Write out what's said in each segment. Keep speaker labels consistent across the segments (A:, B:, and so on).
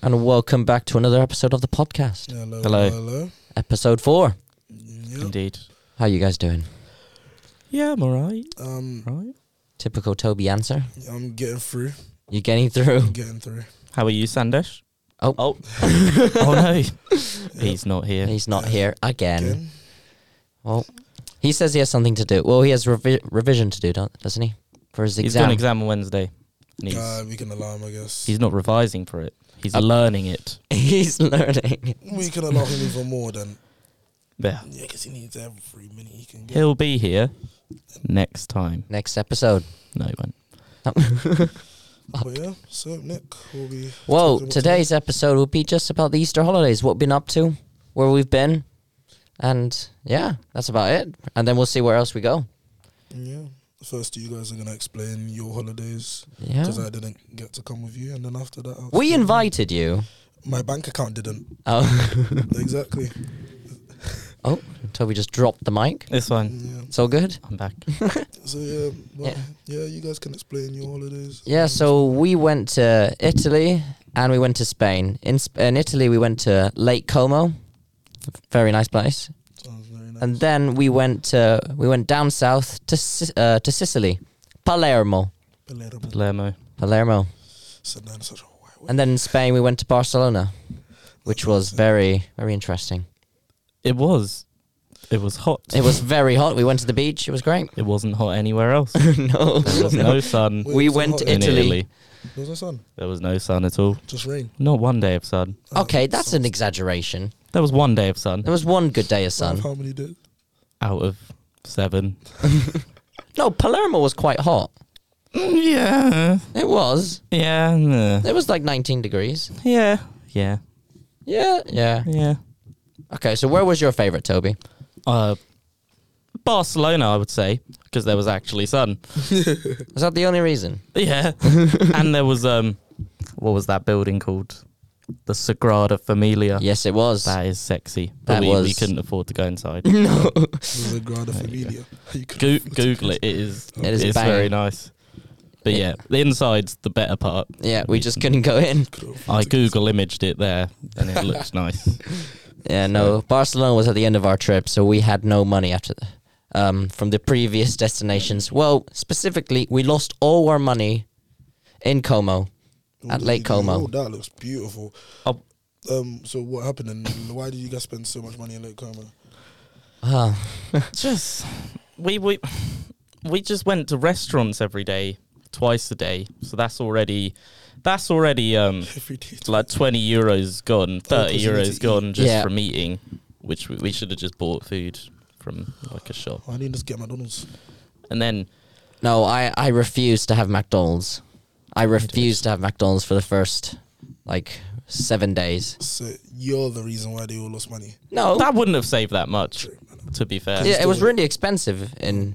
A: And welcome back to another episode of the podcast,
B: Hello.
C: Hello.
B: Hello.
A: episode four.
B: Yep.
C: Indeed.
A: How you guys doing?
C: Yeah, I'm alright.
B: Um,
C: Right.
A: Typical Toby answer.
B: I'm getting through.
A: You're getting through.
B: I'm getting through.
C: How are you, Sandesh?
A: Oh.
C: oh, oh no, he's not here.
A: He's not here again.
B: Again.
A: Well, he says he has something to do. Well, he has revi- revision to do, don't, doesn't he? For his
C: He's
A: exam.
C: got an exam on Wednesday. And he's,
B: Uh, we can allow him, I guess.
C: he's not revising for it. He's
A: Uh,
C: learning it.
A: He's learning.
B: we can allow him even more than
C: Yeah.
B: yeah, because he needs every minute he can get.
C: He'll be here next time.
A: Next episode.
C: No, he won't.
B: But yeah, so Nick will be.
A: Well,
B: talking about
A: today's episode will be just about the Easter holidays, what we've been up to, where we've been, and yeah, that's about it. And then we'll see where else we go.
B: Yeah. First, you guys are gonna explain your holidays
A: Yeah.
B: because I didn't get to come with you, and then after that, I'll
A: We
B: explain-
A: invited you.
B: My bank account didn't
A: Oh,
B: exactly.
A: oh Toby just dropped the mic.
C: It's fine.
B: Yeah.
A: It's all good.
C: I'm back.
B: So yeah, well,
A: Yeah.
B: yeah, you guys can explain your holidays.
A: Yeah, so we went to Italy and we went to Spain. In Sp- in Italy, we went to Lake Como, very nice place.
B: Sounds very nice.
A: And then we went to we went down south to Sic- uh, to Sicily, Palermo,
B: Palermo.
C: Palermo.
A: Palermo.
B: So now it's such a white word.
A: And then in Spain, we went to Barcelona, which was very very interesting.
C: It was. It was hot.
A: It was very hot. We went to the beach. It was great.
C: It wasn't hot anywhere else.
A: no,
C: There was no sun
B: Wait,
A: we
B: it's
A: went
B: hot
A: to
B: in
C: in
A: Italy.
C: Italy.
B: There was no sun,
C: There was no sun at all.
B: just rain.
C: Not one day of sun.
B: Oh,
A: Okay, that's an
B: sounds-
A: exaggeration.
C: There was one day of sun
A: There was one good day of
B: Out of
A: sun.
B: How many days?
C: out of seven.
A: No, Palermo was quite hot.
C: Yeah.
A: It was.
C: Yeah. nah.
A: It was like 19 degrees.
C: Yeah. Yeah.
A: Yeah, yeah.
C: Yeah.
A: Okay, so where was your favorite, Toby?
C: Uh, Barcelona, I would say, because there was actually sun.
A: Was that the only reason?
C: Yeah. and there was um, what was that building called? The Sagrada Familia.
A: Yes, it was.
C: That is sexy.
A: That
C: But we, we
A: was-
C: couldn't afford to go inside.
A: no.
B: The Sagrada Familia. You could
C: Go- Google it. It is.
A: It is
C: it's
A: banging.
C: very nice. But
A: Yeah.
C: yeah, the inside's the better part.
A: Yeah, we just couldn't go in.
C: I Google imaged it there, and it looks nice.
A: Yeah, no. Barcelona was at the end of our trip, so we had no money after the, um, from the previous destinations. Well, specifically, we lost all our money in Como. at Lake Como.
B: Oh, that looks beautiful.
C: Oh.
B: Um, so what happened and why did you guys spend so much money in Lake Como?
A: Oh,
C: just we we we just went to restaurants every day, twice a day. So that's already that's already um
B: Every day.
C: like twenty euros gone, thirty
B: Oh, 'cause you need to
C: euros gone just
A: Yeah.
C: from eating, which we, we should have just bought food from like a shop.
B: I need to just get McDonald's.
C: And then
A: no, I, I refuse to have McDonald's. I refuse to have McDonald's for the first, like, seven days.
B: So you're the reason why they all lost money.
A: No.
C: that wouldn't have saved that much, to be fair.
A: yeah, it was
B: still-
A: really expensive in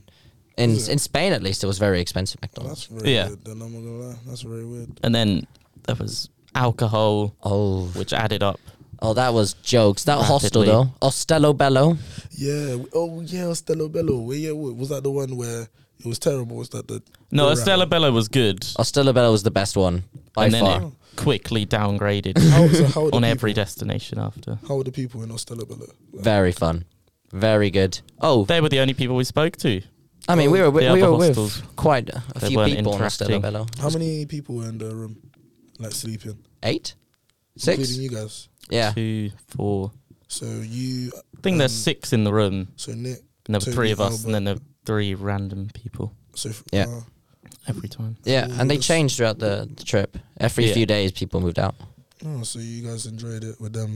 A: in
B: Was it?
A: in Spain at least. It was very expensive
B: Oh,
A: McDonald's.
B: that's very
C: Yeah.
B: weird. Then I'm not gonna lie. That's very weird.
C: And then there was alcohol,
A: Oh,
C: which added up.
A: oh, that was jokes. That hostel
C: Rapidly.
A: though, Ostello Bello.
B: Yeah. we- Oh yeah, Ostello Bello. Where yeah, wa- was that the one where it was terrible? Was that the
C: No,
B: the
C: Estella
B: round?
C: Bella was good,
A: Ostello Bello was the best one by
C: and then
A: far.
C: it quickly downgraded
B: How, so how were the
C: on
B: people,
C: every destination after.
B: How were the people in Ostello Bello? Like,
A: Very fun, very good. Oh,
C: They were the only people we spoke to.
A: I mean, we were we,
C: The
A: we
C: other
A: were with
C: hostels,
A: quite a
C: they
A: few
C: weren't
A: people on Ostello
C: interacting.
A: Bello.
B: how many people were in the room, like sleeping?
A: Eight, six,
B: Including you guys.
A: yeah.
C: Two, four.
B: So you,
C: I think there's
B: Um,
C: six in the room.
B: so Nick,
C: And there were
B: Toby,
C: three of us, and
B: Albert.
C: then there were three random people
B: so f-
A: Yeah.
B: uh,
C: every time.
A: Yeah, and they
B: Yes.
A: changed throughout the, the trip. Every
C: Yeah.
A: few days, people moved out.
B: oh, so you guys enjoyed it with them,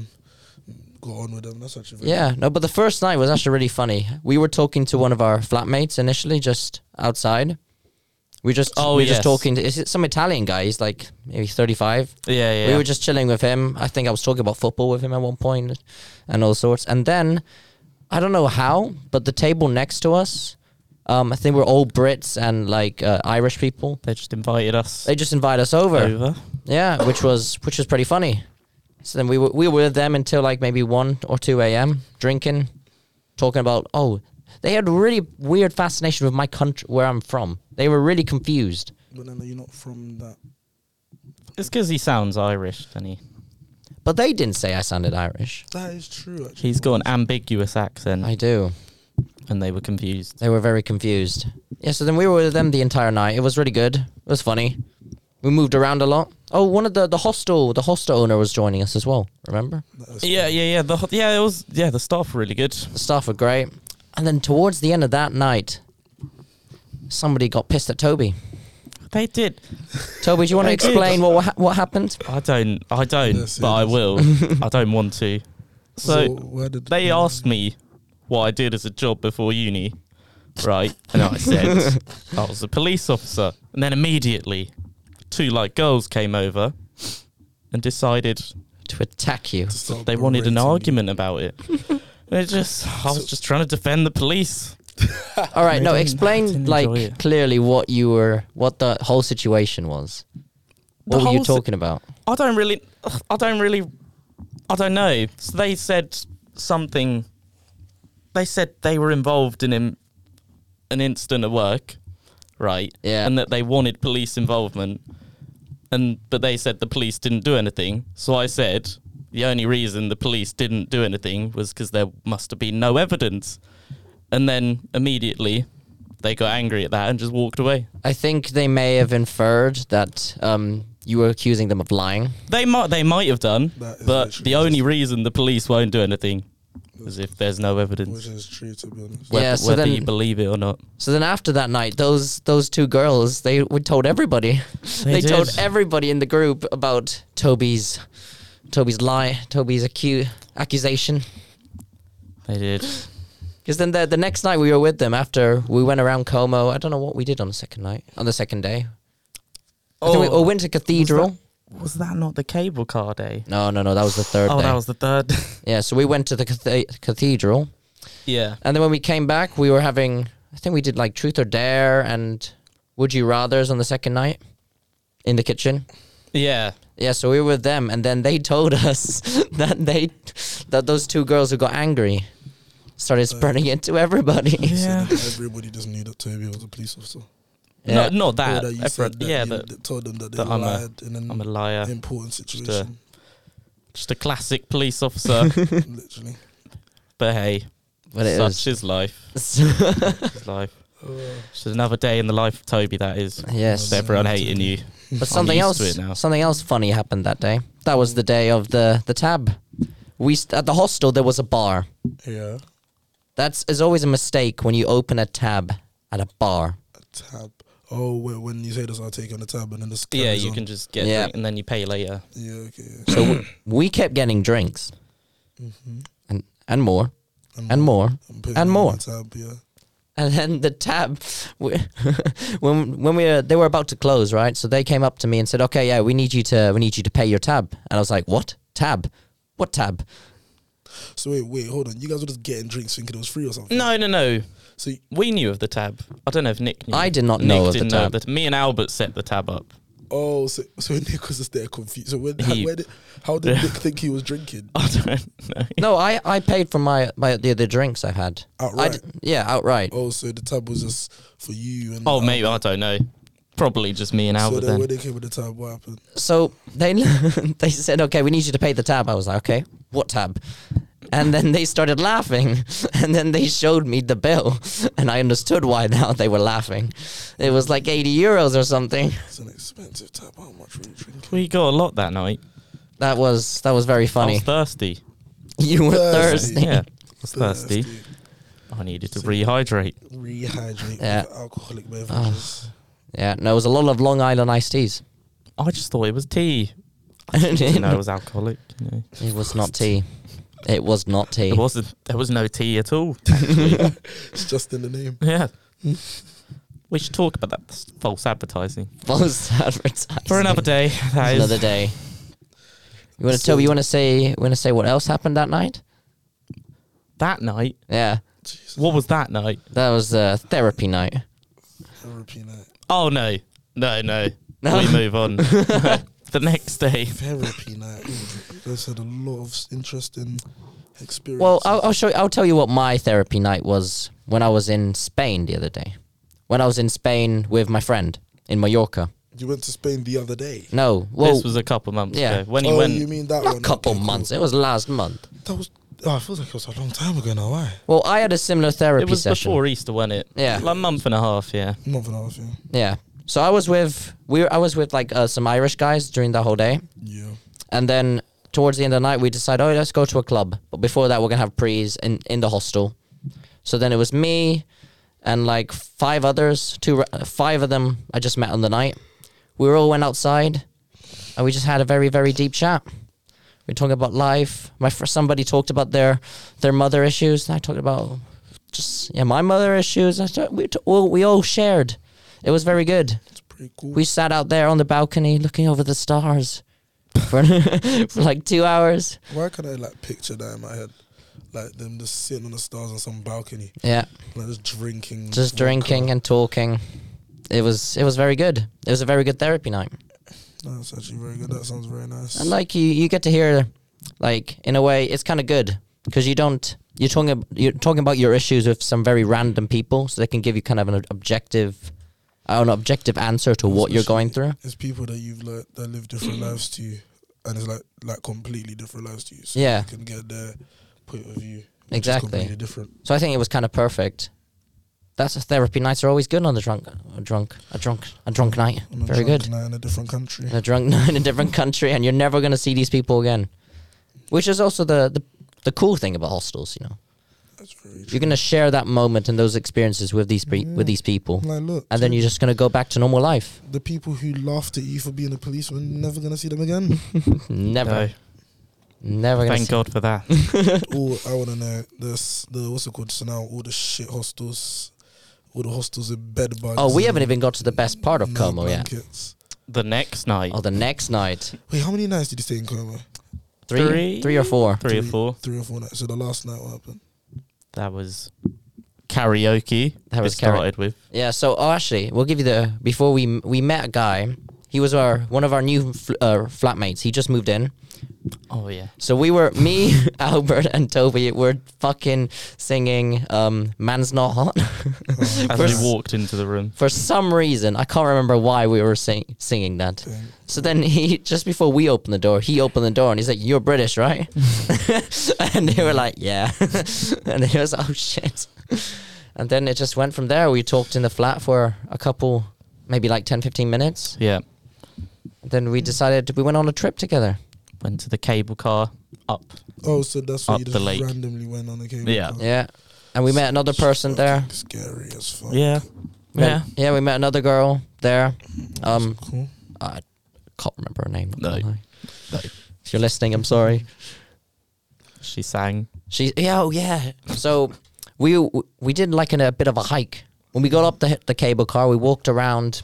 B: got on with them. That's actually very
A: Yeah, no, but the first night was actually really funny. We were talking to one of our flatmates initially, just outside. We just
C: Oh,
A: we were
C: yes.
A: just talking to is it some Italian guy. He's like maybe thirty five.
C: Yeah, yeah.
A: We were just chilling with him. I think I was talking about football with him at one point, and all sorts. And then I don't know how, but the table next to us, um, I think we're all Brits and like uh, Irish people.
C: they just invited us
A: They just invite us over.
C: over.
A: Yeah, which was which was pretty funny. So then we were we were with them until like maybe one or two a.m. drinking, talking about oh they had a really weird fascination with my country where I'm from. They were really confused.
B: But then you're not from that.
C: It's because he sounds Irish, doesn't he?
A: But they didn't say I sounded Irish.
B: That is true. Actually.
C: He's got an ambiguous accent,
A: I do.
C: and they were confused.
A: They were very confused. Yeah, so then we were with them the entire night. It was really good. It was funny. We moved around a lot. Oh, one of the the hostel, the hostel owner was joining us as well. Remember?
B: That is
C: Yeah, yeah, yeah. The ho- yeah, it was yeah. The staff were really good.
A: The staff were great. And then towards the end of that night, somebody got pissed at Toby.
C: They did.
A: Toby, do you want to
C: I did.
A: explain what what, what happened?
C: I don't. I don't.
B: Yes,
C: but I
B: yes.
C: will. I don't want to. So
B: where did
C: they asked me what I did as a job before uni, right? And I said I was a police officer. And then immediately, two like girls came over and decided
A: To attack you.
B: to start
C: they wanted an
B: berating you.
C: argument about it. And it just, I was just trying to defend the police.
A: All right, no,
C: Didn't-
A: explain
C: didn't
A: like
C: enjoy it.
A: clearly what you were, what the whole situation was.
C: The
A: What were you
C: whole si-
A: talking about?
C: I don't really, ugh, I don't really, I don't know. So they said something. They said they were involved in an, an incident at work, right?
A: Yeah.
C: And that they wanted police involvement, and but they said the police didn't do anything. So I said the only reason the police didn't do anything was because there must have been no evidence. And then immediately, they got angry at that and just walked away.
A: I think they may have inferred that um, you were accusing them of lying.
C: They might they might have done,
B: That is
C: but
B: literally
C: the only reason the police won't do anything is if there's no
B: Which
C: evidence,
B: is true, to be
A: Yeah,
B: honest.
C: whether,
A: so
C: whether
A: then-
C: you believe it or not.
A: So then after that night, those those two girls they would told everybody. They,
C: They did.
A: told everybody in the group about Toby's Toby's lie, Toby's acu- accusation.
C: They did.
A: Because then the, the next night we were with them after we went around Como. I don't know what we did on the second night, on the second day. I think we, or went to Cathedral.
C: Oh. was that not the cable car day?
A: No, no, no, that was the third
C: Oh,
A: day.
C: that was the third.
A: Yeah, so we went to the cathe- cathedral,
C: yeah,
A: and then when we came back, we were having I think we did like Truth or Dare and Would You Rather's on the second night in the kitchen.
C: yeah.
A: Yeah, so we were with them, and then they told us that they that those two girls who got angry started spreading it to everybody.
B: So
C: Yeah.
B: then everybody just knew that Toby was a police officer.
A: Yeah.
C: No, not that.
B: Or you
C: Everyone-
B: said that
C: yeah,
B: you
C: but
B: d- told them that they
C: that I'm a-
B: lied in an
C: I'm a liar.
B: important situation.
C: Just a classic police officer.
B: literally.
C: but hey,
A: But it was
C: such is life. His life.
B: Uh,
C: It's another day in the life of Toby. That is.
A: yes,
B: Yeah.
C: Everyone hating you.
A: but something
C: used
A: else,
C: to it now.
A: something else funny happened that day. That was the day of the the tab. We st- at the hostel there was a bar.
B: Yeah.
A: That's is always a mistake when you open a tab at a bar.
B: A tab. Oh, wait, when you say this, I'll take on the tab and then the
C: yeah,
B: carries
C: you
B: on.
C: can just get
A: Yeah.
C: drink and then you pay later.
B: Yeah, okay. yeah.
A: So w- we kept getting drinks, and and more, Mm-hmm. and more,
B: I'm
A: and
B: putting it on
A: more.
B: the Tab, yeah.
A: and then the tab. we- when when we were, they were about to close, right? So they came up to me and said, "Okay, yeah, we need you to we need you to pay your tab." And I was like, "What tab? What tab?"
B: So wait, wait, hold on. You guys were just getting drinks thinking it was free or something.
C: No, no, no.
B: So you-
C: We knew of the tab. I don't know if Nick knew.
A: I did not
C: Nick
A: know of the
C: didn't
A: tab.
C: the t- Me and Albert set the tab up.
B: oh, so, so Nick was just there confused. So when,
C: He-
B: where did, how did Nick think he was drinking?
C: I don't know.
A: No, I, I paid for my, my the other drinks I had. I
B: Outright?
A: d- yeah, outright.
B: Oh, so the tab was just for you and
C: Oh, maybe I don't know. Probably just me and
B: So
C: Albert
B: then
C: then.
B: when they came with the tab, what happened?
A: So they they said, "Okay, we need you to pay the tab." I was like, "Okay, what tab?" And then they started laughing, and then they showed me the bill, and I understood why now they were laughing. It was like eighty euros or something.
B: It's an expensive tab. How much were you drinking?
C: We got a lot that night.
A: That was that was very
C: I
A: funny.
C: was thirsty.
A: you were
B: Thirsty.
A: thirsty.
C: Yeah, I was thirsty. I needed to rehydrate.
B: Rehydrate
A: Yeah.
B: with alcoholic beverages.
A: Yeah, no, it was a lot of Long Island iced teas.
C: I just thought it was tea. You know, it
A: it
C: was alcoholic. You know.
A: was not tea. It was not tea.
C: It wasn't. There was no tea at all. actually.
B: It's just in the name.
C: yeah. We should talk about that That's false advertising
A: False advertising.
C: for another day. That is.
A: another day. You want to tell? You want to say? Want to say what else happened that night?
C: That night.
A: Yeah,
B: Jesus.
C: What was that night?
A: that was a therapy night.
B: Therapy night.
C: Oh no, no, no.
A: No.
C: We move on. the next day.
B: Therapy night. Ooh, That's had a lot of s- interesting experiences.
A: Well, I'll, I'll show. You, I'll tell you what my therapy night was when I was in Spain the other day. When I was in Spain with my friend in Mallorca,
B: You went to Spain the other day.
A: No, well,
C: this was a couple months
A: Yeah.
C: ago. When he
B: oh,
C: went,
B: you mean that
A: a
B: one?
A: couple
B: Okay, cool.
A: months. It was last month.
B: That was. Oh, it feels like it was a long time ago now. Why?
A: Well, I had a similar therapy
C: it was
A: session.
C: before Easter, wasn't it?
A: Yeah.
C: like a month and a half. Yeah,
B: Month and a half. Yeah.
A: Yeah. So I was with we were, I was with like uh, some Irish guys during the whole day,
B: Yeah.
A: and then towards the end of the night we decided, oh, let's go to a club. But before that, we're gonna have prees in in the hostel. So then it was me and like five others, two ra- five of them I just met on the night. We all went outside, and we just had a very very deep chat. We were talking about life. My fr- somebody talked about their their mother issues, and I talked about just yeah my mother issues. And I t- we t- all, we all shared. It was very good.
B: It's pretty cool.
A: We sat out there on the balcony looking over the stars for, for like two hours.
B: Why can I like picture that in my head? Like them just sitting on the stars on some balcony,
A: Yeah,
B: like just drinking.
A: just
B: vodka.
A: drinking and talking. It was it was very good. It was a very good therapy night.
B: That's actually very good. That sounds very nice.
A: And like you, you get to hear, like in a way, it's kind of good because you don't you're talking ab- you're talking about your issues with some very random people, so they can give you kind of an objective, I don't know, objective answer to what you're going through.
B: it's people that you've like that live different lives to you, and it's like like completely different lives to you. So
A: Yeah.
B: you can get their point of view. which is
A: Exactly.
B: completely different.
A: So I think it was kind of perfect. That's therapy nights are always good on the drunk, a drunk, a drunk, a drunk night.
B: On a
A: Very
B: drunk
A: good.
B: night in a different country.
A: A drunk night in a different country, and you're never gonna see these people again. Which is also the the, the cool thing about hostels. You know,
B: That's very true.
A: you're gonna share that moment and those experiences with these pe- with these people,
B: like look,
A: and then you're just gonna go back to normal life.
B: the people who laughed at you for being a policeman, you're never gonna see them again.
A: Never,
C: No.
A: never gonna.
C: thank
A: see-
C: God for that.
B: all I want to know this the what's it called? So now all the shit hostels, all the hostels in bed bugs.
A: Oh, we
B: and
A: haven't even got to the best part of
B: night
A: Como yet.
B: blankets.
C: the next night,
A: Oh, the next night,
B: Wait, how many nights did you stay in Como?
A: three, three
C: Three?
A: or four.
C: three or four.
B: Three or four nights. So the last night, what happened?
C: That was karaoke.
A: That
C: it
A: was kara-
C: started with.
A: Yeah. So oh, actually, we'll give you the before we we met a guy. He was our one of our new fl- uh, flatmates. He just moved in.
C: Oh yeah,
A: So we were me, Albert, and Toby were fucking singing um, "Man's Not Hot"
C: as
A: First-
C: we walked into the room.
A: for some reason. I can't remember why we were sing- singing that. So then he just before we opened the door, he opened the door and he's like, "You're British, right?" and they were like, "Yeah," and he was, "Oh shit." And then it just went from there. We talked in the flat for a couple, maybe like 10, 15 minutes.
C: Yeah,
A: Then we decided we went on a trip together.
C: went to the cable car up.
B: Oh, so that's why
C: Up
B: you
C: the
B: just
C: lake.
B: randomly went on the cable.
C: Yeah.
B: car.
A: Yeah. And we met another person there.
B: Scary as fuck.
C: Yeah, yeah.
A: Yeah, we met another girl there. Um,
B: Cool.
A: I can't remember her name. not
C: No.
A: gonna lie.
C: No.
A: If you're listening, I'm sorry.
C: She sang.
A: She, yeah, oh yeah. So we we did like an, a bit of a hike. When we got up the the cable car, we walked around.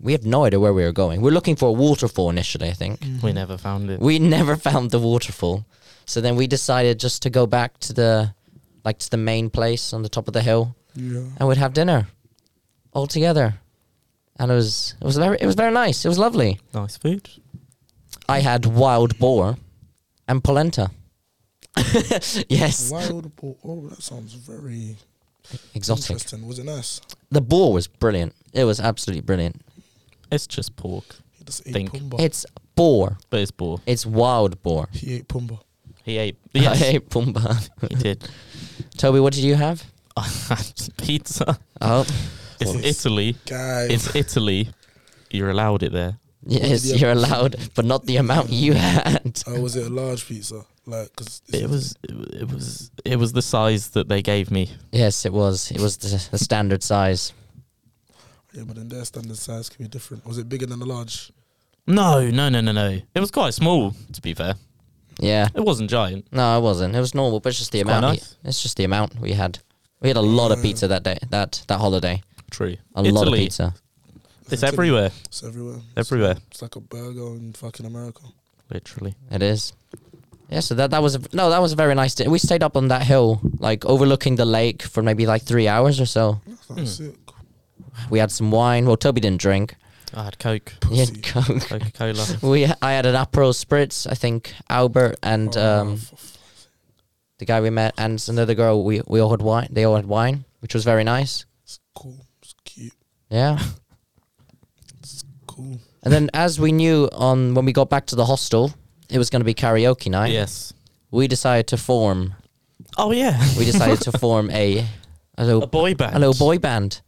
A: We had no idea where we were going. We were looking for a waterfall initially, I think.
C: We never found it.
A: Mm-hmm. We never found the waterfall. So then we decided just to go back to the like to the main place on the top of the hill
B: Yeah.
A: and we'd have dinner all together. And it was it was very it was very nice. It was lovely.
C: nice food.
A: I had wild boar and polenta. yes,
B: Wild boar. Oh, that sounds very
A: exotic.
B: interesting. Was it nice?
A: The boar was brilliant. It was absolutely brilliant.
C: It's just pork,
B: He just ate
C: Think.
B: Pumba.
A: It's boar.
C: but it's boar.
A: It's wild boar.
B: He ate Pumba.
C: He ate.
A: Yeah,
C: Yes,
A: Pumba.
C: he did.
A: Toby, what did you have?
C: I had pizza.
A: Oh,
C: It's
B: What?
C: Italy.
B: Guy.
C: It's Italy. You're allowed it there.
A: yes,
B: you have?
A: you're allowed, but not the amount you had.
B: Oh, was it a large pizza? Like, cause
C: It was. It wa- it was. It was the size that they gave me.
A: Yes, it was. It was the, the standard size.
B: Yeah, but then their standard size could be different. Was it bigger than a large?
C: No, no, no, no, no. It was quite small, to be fair.
A: Yeah.
C: It wasn't giant.
A: No, it wasn't. It was normal, but it's just the
C: quite
A: amount.
C: nice.
A: we- It's just the amount we had. We had a lot of
B: Yeah.
A: pizza that day, that that holiday.
C: True.
A: A lot of pizza.
C: It's
B: Italy.
C: everywhere.
B: It's everywhere. It's,
C: Everywhere.
B: it's like a burger in fucking America.
C: Literally.
A: It is. Yeah, so that that was a, no, that was a very nice day. We stayed up on that hill, like overlooking the lake, for maybe like three hours or so.
B: That's not
C: Hmm.
B: sick.
A: We had some wine. Well, Toby didn't drink.
C: I had Coke,
A: He
B: Pussy.
A: had coke.
C: Coca Cola.
A: We I had an Aperol spritz. I think Albert and
B: Oh,
A: um,
B: f- f-
A: the guy we met and another girl. We we all had wine. They all had wine, which was very nice.
B: it's cool. It's cute.
A: Yeah.
B: It's cool. cool.
A: And then, as we knew on when we got back to the hostel, it was going to be karaoke night.
C: Yes.
A: We decided to form.
C: Oh yeah.
A: We decided to form a a little,
C: A boy band.
A: a little boy band.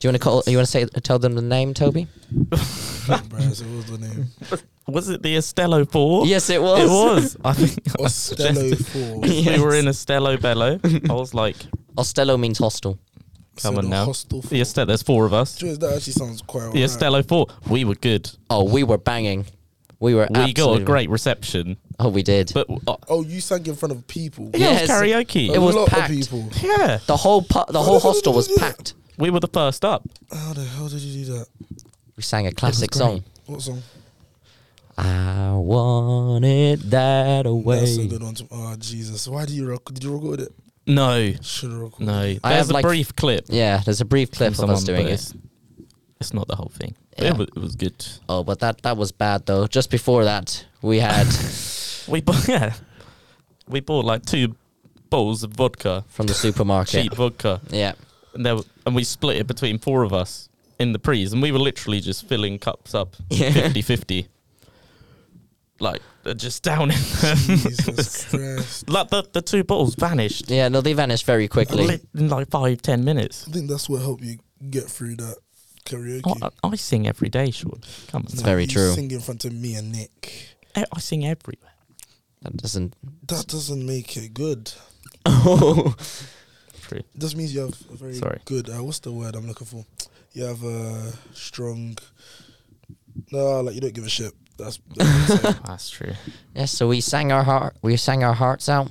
A: Do you want to call? You want to say tell them the name, Toby?
B: Brad, so what was the name?
C: Was it the Estello Four?
A: Yes, it was.
C: It was. I think
B: Ostello Four.
A: Yes.
C: we were in Estello Bello. I was like,
A: Ostello means hostel.
C: Come
B: So
C: on
B: the
C: now.
B: Hostel Four.
C: the Estello. There's four of us.
B: Jeez, that actually sounds quite.
C: The
B: alright.
C: Estello Four. We were good.
A: Oh, we were banging. We were.
C: We got
A: absolutely-
C: a great reception,
A: Oh, we did.
C: but uh,
B: Oh, you sang in front of people.
C: yeah, it
A: Yes.
C: was karaoke.
A: It
B: a
A: was
B: lot
A: packed.
B: of people.
C: yeah,
A: the whole pu- the whole hostel was packed.
C: we were the first up.
B: How the hell did you do that?
A: We sang a classic
C: great.
A: song.
B: What song?
A: I want it that
B: That's a
A: way.
B: good one. To, oh Jesus! Why do you rec- did you record it?
C: No,
B: Should have recorded.
C: no. There's
A: I have,
C: a
A: like,
C: brief clip.
A: Yeah, there's a brief clip
C: from
A: of us
C: someone,
A: doing
C: but
A: it.
C: It's, it's not the whole thing. But
A: Yeah.
C: It, was, it was good.
A: Oh, but that that was bad though. Just before that, we had
C: We bought yeah, we bought like two bottles of vodka,
A: from the supermarket.
C: cheap vodka,
A: Yeah,
C: and there, and we split it between four of us in the prees, and we were literally just filling cups up
A: Yeah.
C: 50-50. like uh, just down in them.
B: Jesus Christ!
C: like the, the two bottles vanished
A: yeah. No, they vanished very quickly.
C: Lit- in like five ten minutes.
B: I think that's what helped you get through that karaoke.
C: Oh, I, I sing every day, Sean. Come on,
B: No,
A: uh, very
B: you
A: true.
B: Sing in front of me and Nick.
C: I, I sing everywhere.
A: That doesn't.
B: That doesn't make it good.
A: Oh,
C: True.
B: This means you have a very
C: Sorry.
B: good. Uh, what's the word I'm looking for? You have a strong. No, like you don't give a shit. That's. that's what I'm saying.
C: That's true.
A: yeah. So we sang our heart. We sang our hearts out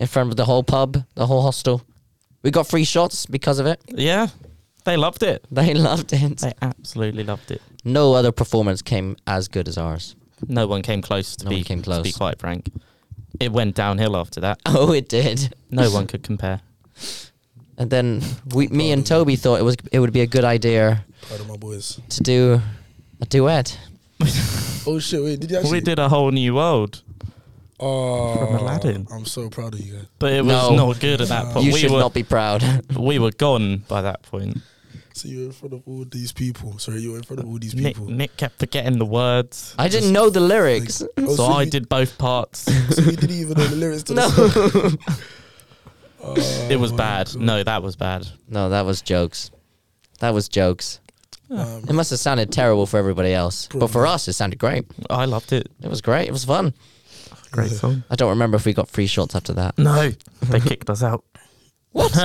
A: in front of the whole pub, the whole hostel. We got free shots because of it.
C: Yeah, they loved it.
A: They loved it.
C: They absolutely loved it.
A: No other performance came as good as ours.
C: No one came close to
A: No
C: be
A: one came close.
C: to be quite frank. It went downhill after that.
A: Oh, it did.
C: No one could compare.
A: And then we,
C: Oh,
A: me and Toby thought it was it would be a good idea
B: Proud of my boys.
A: to do a duet.
B: Oh shit! Wait, did you actually?
C: We did a whole new world,
B: Oh,
C: From Aladdin.
B: I'm so proud of you guys.
C: but it was
A: No.
C: not good at that point.
A: you
C: we
A: should
C: were
A: not be proud.
C: we were gone by that point.
B: So you were in front of all these people. Sorry, you were in front of all these
C: Nick,
B: people.
C: Nick kept forgetting the words,
A: I didn't know the lyrics.
B: Oh,
C: so I Oh
B: you-
C: did both parts.
B: So you didn't even know the lyrics to
A: No.
B: the song.
C: it was
B: Oh my
C: bad.
B: God.
C: No, that was bad.
A: No, that was jokes. That was jokes.
B: Um,
A: It must have sounded terrible for everybody else, but for
B: Probably.
A: us, it sounded great.
C: I loved it.
A: It was great. It was fun.
C: Great song.
A: I don't remember if we got free shots after that.
C: No, they kicked us out.
A: What?
B: Did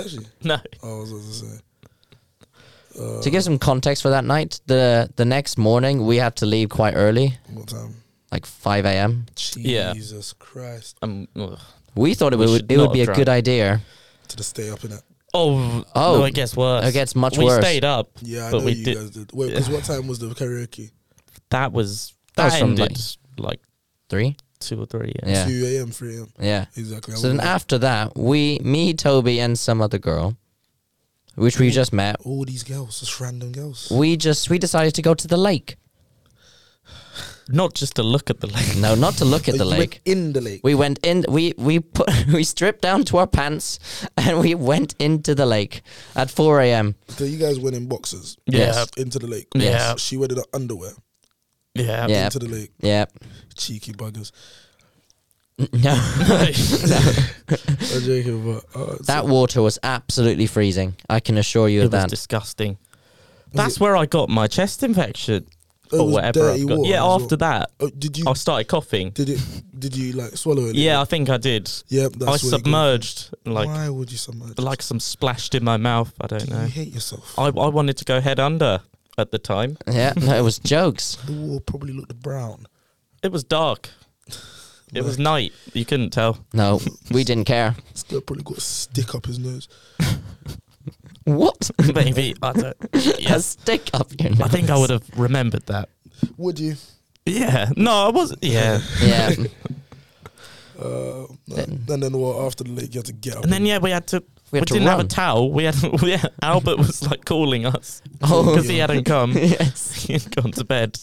B: actually?
C: No,
B: Oh, I was about to say. Uh,
A: to give some context for that night, the the next morning we had to leave quite early,
B: what Uh, time?
A: like five a.m.
C: Yeah.
B: Jesus Christ!
C: um, ugh.
A: We thought it
C: We
A: would
C: should
A: it
C: not
A: would be a
C: have
A: good idea.
B: To the stay up in it.
C: oh,
A: Oh,
C: no, it gets worse.
A: it gets much
C: we
A: worse.
C: We stayed up.
B: Yeah, I
C: But
B: know
C: we
B: you
C: did-
B: guys did. Wait, because what time was the karaoke?
C: That was
A: That
C: that,
A: was from,
C: ended like,
A: Three.
C: two or three. Yeah.
A: Yeah.
B: Two a.m., three a.m.
A: Yeah.
B: Exactly. I
A: So then
B: would've-
A: after that, we, me, Toby, and some other girl, which we just met,
B: all these girls, just random girls.
A: we just we decided to go to the lake.
C: Not just to look at the lake.
A: No, not to look
B: Oh,
A: at the
B: you went
A: lake.
B: in the lake.
A: We went in. We we put we stripped down to our pants, and we went into the lake at 4 a.m.
B: So you guys went in boxes.
A: Yes.
B: Into the lake.
C: Yeah.
B: She went in her underwear.
C: Yeah.
A: Yeah.
B: Into the lake.
A: Yeah,
B: Cheeky buggers.
A: no,
B: I'm joking, but uh, it's-
A: that water was absolutely freezing. I can assure you
C: It
A: of
C: was
A: that.
C: disgusting. That's where I got my chest infection
B: it
C: or
B: was
C: whatever.
B: dirty
C: I've got.
B: water
C: yeah,
B: as well.
C: after that,
B: Oh, did you
C: I started coughing.
B: did it? Did you like swallow it?
C: Yeah, I think I did.
B: Yep. That's
C: I
B: where you go.
C: submerged like
B: Why would you submerge?
C: like some splashed in my mouth. I don't
B: Do
C: know.
B: you hate yourself?
C: I I wanted to go head under at the time.
A: Yeah, no, it was jokes.
B: the wall probably looked brown.
C: It was dark. It was night. You couldn't tell.
A: No, we didn't care.
B: This guy probably got a stick up his nose.
A: What?
C: Maybe I don't.
A: A
C: Yes,
A: stick up your nose.
C: I think I would have remembered that.
B: Would you?
C: Yeah. No, I wasn't. Yeah.
A: Yeah,
B: Uh, and then well, after the lake, you had to get up.
C: And then yeah, we had to.
A: We
C: We,
A: had to
C: didn't have
A: run.
C: a towel. We had. Yeah. Albert was like calling us
A: Oh.
C: because he hadn't come.
A: yes.
C: he had gone to bed.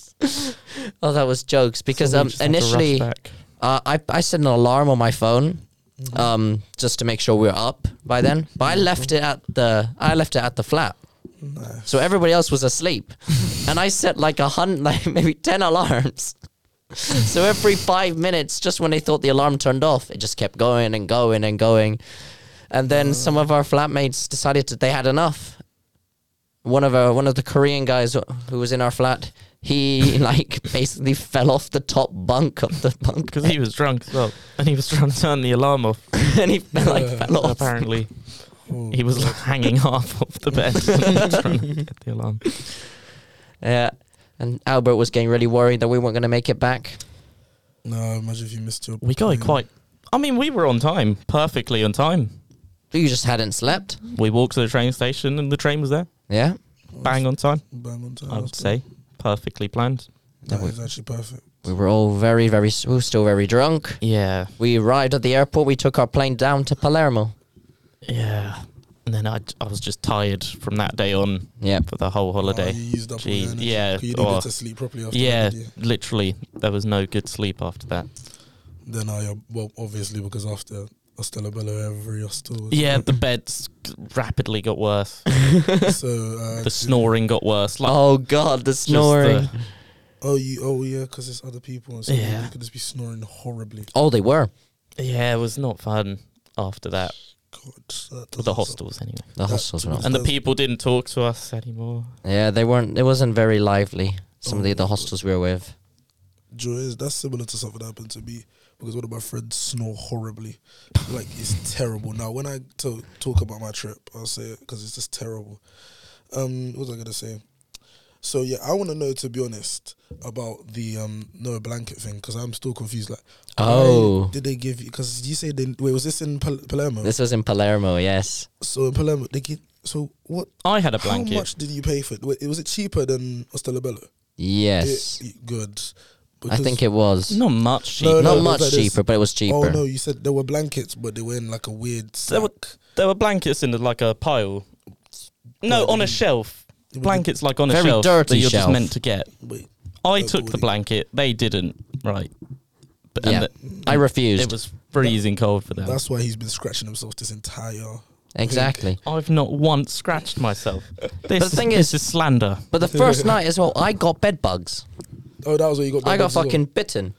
A: Oh, that was jokes because
C: So we
A: um
C: just had to rush
A: initially.
C: back.
A: Uh, I I set an alarm on my phone,
C: Mm-hmm.
A: um, just to make sure we were up by then. But I left it at the I left it at the flat,
B: Nice.
A: So everybody else was asleep, and I set like a hun like maybe ten alarms. so every five minutes, just when they thought the alarm turned off, it just kept going and going and going. And then some of our flatmates decided that they had enough. One of our one of the Korean guys wh- who was in our flat, he like basically fell off the top bunk of the bunk
C: because he was drunk as well, and he was trying to turn the alarm off.
A: and he fell, like fell off.
C: Apparently,
B: Oh,
C: he was like, hanging half off the bed, trying to get the alarm.
A: Yeah. And Albert was getting really worried that we weren't going to make it back.
B: no, imagine if you missed your.
C: We got it
A: Mm.
B: plane.
C: quite. I mean, we were on time, perfectly on time.
A: You just hadn't slept.
C: We walked to the train station, and the train was there,
A: Yeah.
C: bang on time.
B: Bang on time.
C: I would say perfectly planned.
B: That
A: That
B: was actually perfect.
A: We were all very, very, s- we were still very drunk.
C: Yeah,
A: We arrived at the airport. We took our plane down to Palermo.
C: yeah. And then I, I was just tired from that day on
A: Yeah.
C: for the whole
B: Oh,
C: holiday.
B: you used up all
C: Jeez,
B: your energy.
C: yeah,
B: 'Cause You didn't
C: or-
B: get to sleep properly after
C: yeah,
B: that, did you?
C: literally, there was no good sleep after that.
B: Then I, well, obviously, because after Ostella Bello, every hostel was.
C: Yeah, the beds rapidly got worse.
B: So, uh,
C: The snoring got worse. Like,
A: Oh God, the
C: just the-
A: snoring.
B: Oh, you, oh yeah, because it's other people. And so
C: Yeah.
B: You could just be snoring horribly.
A: oh, they were
C: yeah, it was not fun after that.
B: God. That
C: The
B: doesn't-
C: hostels, anyway.
A: the hostels were. Not.
C: And the people didn't talk to us anymore.
A: Yeah, they weren't. It wasn't very lively. Some of the other hostels we were with.
B: Joy is that's similar to something that happened to me because one of my friends snore horribly, like it's terrible. Now when I to- talk about my trip, I'll say it because it's just terrible. Um, what was I gonna say? So yeah, I want to know to be honest about the um no blanket thing because I'm still confused. Like, why
A: Oh.
B: did they give you? Because you say they wait. Was this in Pal- Palermo?
A: This was in Palermo. Yes.
B: so in Palermo, they gi- so what?
C: I had a
B: How
C: blanket.
B: much did you pay for it? Wait, Was it cheaper than Ostellabello?
A: Yes.
B: It- good.
A: I think it was.
C: Not much
B: No, no,
C: cheaper.
A: Not
B: it was
A: much
B: like this.
A: cheaper, but it was cheaper.
B: Oh no, you said there were blankets, but they were in like a weird.
C: There were
B: sack.
C: there were blankets in like a pile. No,
B: Well,
C: on a
B: mm.
C: shelf.
B: It was
C: Blankets like on a
A: Very
C: shelf that
A: dirty
C: you're just
A: shelf.
C: meant to get.
B: Wait, Oh,
C: I took the
B: gaudy.
C: blanket. They didn't. Right. But,
A: Yeah.
C: and th-
A: I refused.
C: it was freezing cold for them.
B: that's why he's been scratching himself this entire.
A: exactly.
C: I've not once scratched myself. This,
A: the thing
C: this
A: is-
C: is slander.
A: But the first night as well, I got bed bugs.
B: Oh, that was what you got.
A: I got
B: bedbugs as
A: fucking bitten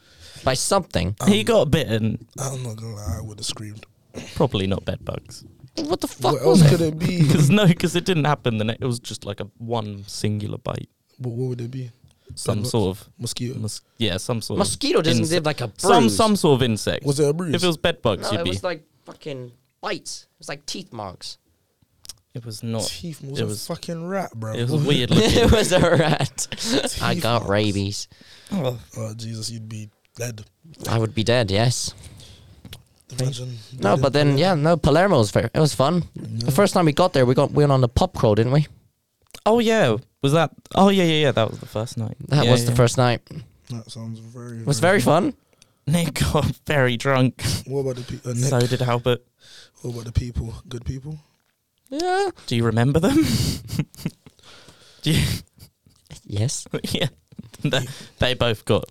A: by something.
B: Um,
C: he got bitten.
B: Well. I'm not gonna lie, I would have screamed.
C: Probably not bed bugs.
A: What the fuck
B: what
A: was
B: else
A: it?
B: could it be?
C: Because no, because it didn't happen. The next, it was just like a one singular bite.
B: but what would it be?
C: Some
B: Bedbugs?
C: sort of
B: Mosquito.
C: mus- yeah, some sort of
A: Mosquito doesn't
C: insect.
A: give like a bruise.
C: some some sort of insect.
B: Was it a bruise?
C: If it was bed bugs,
A: No,
C: you'd
A: it
C: be.
A: was like fucking bites. It was like teeth marks.
C: it was not.
B: Teeth was
C: It
B: a
C: was-
B: fucking rat, bro.
C: It was weird looking.
A: it was a rat. I
B: Teeth
A: got
B: marks.
A: rabies.
B: Oh Jesus, you'd be dead.
A: I would be dead. Yes.
B: Imagine.
A: No,
B: dead
A: but then yeah, no. Palermo was very. It was fun. The first time we got there, we got we went on the pub crawl, didn't we?
C: oh yeah, was that? Oh yeah, yeah, yeah. That was the first night.
A: That
C: Yeah,
A: was the
C: yeah.
A: first night.
B: That sounds very.
A: It was very fun.
C: Nick got very drunk.
B: What about the people? Uh, Nick,
C: so did Albert.
B: What about the people? Good people.
A: Yeah.
C: Do you remember them? Do you,
A: Yes.
C: yeah, they, they both got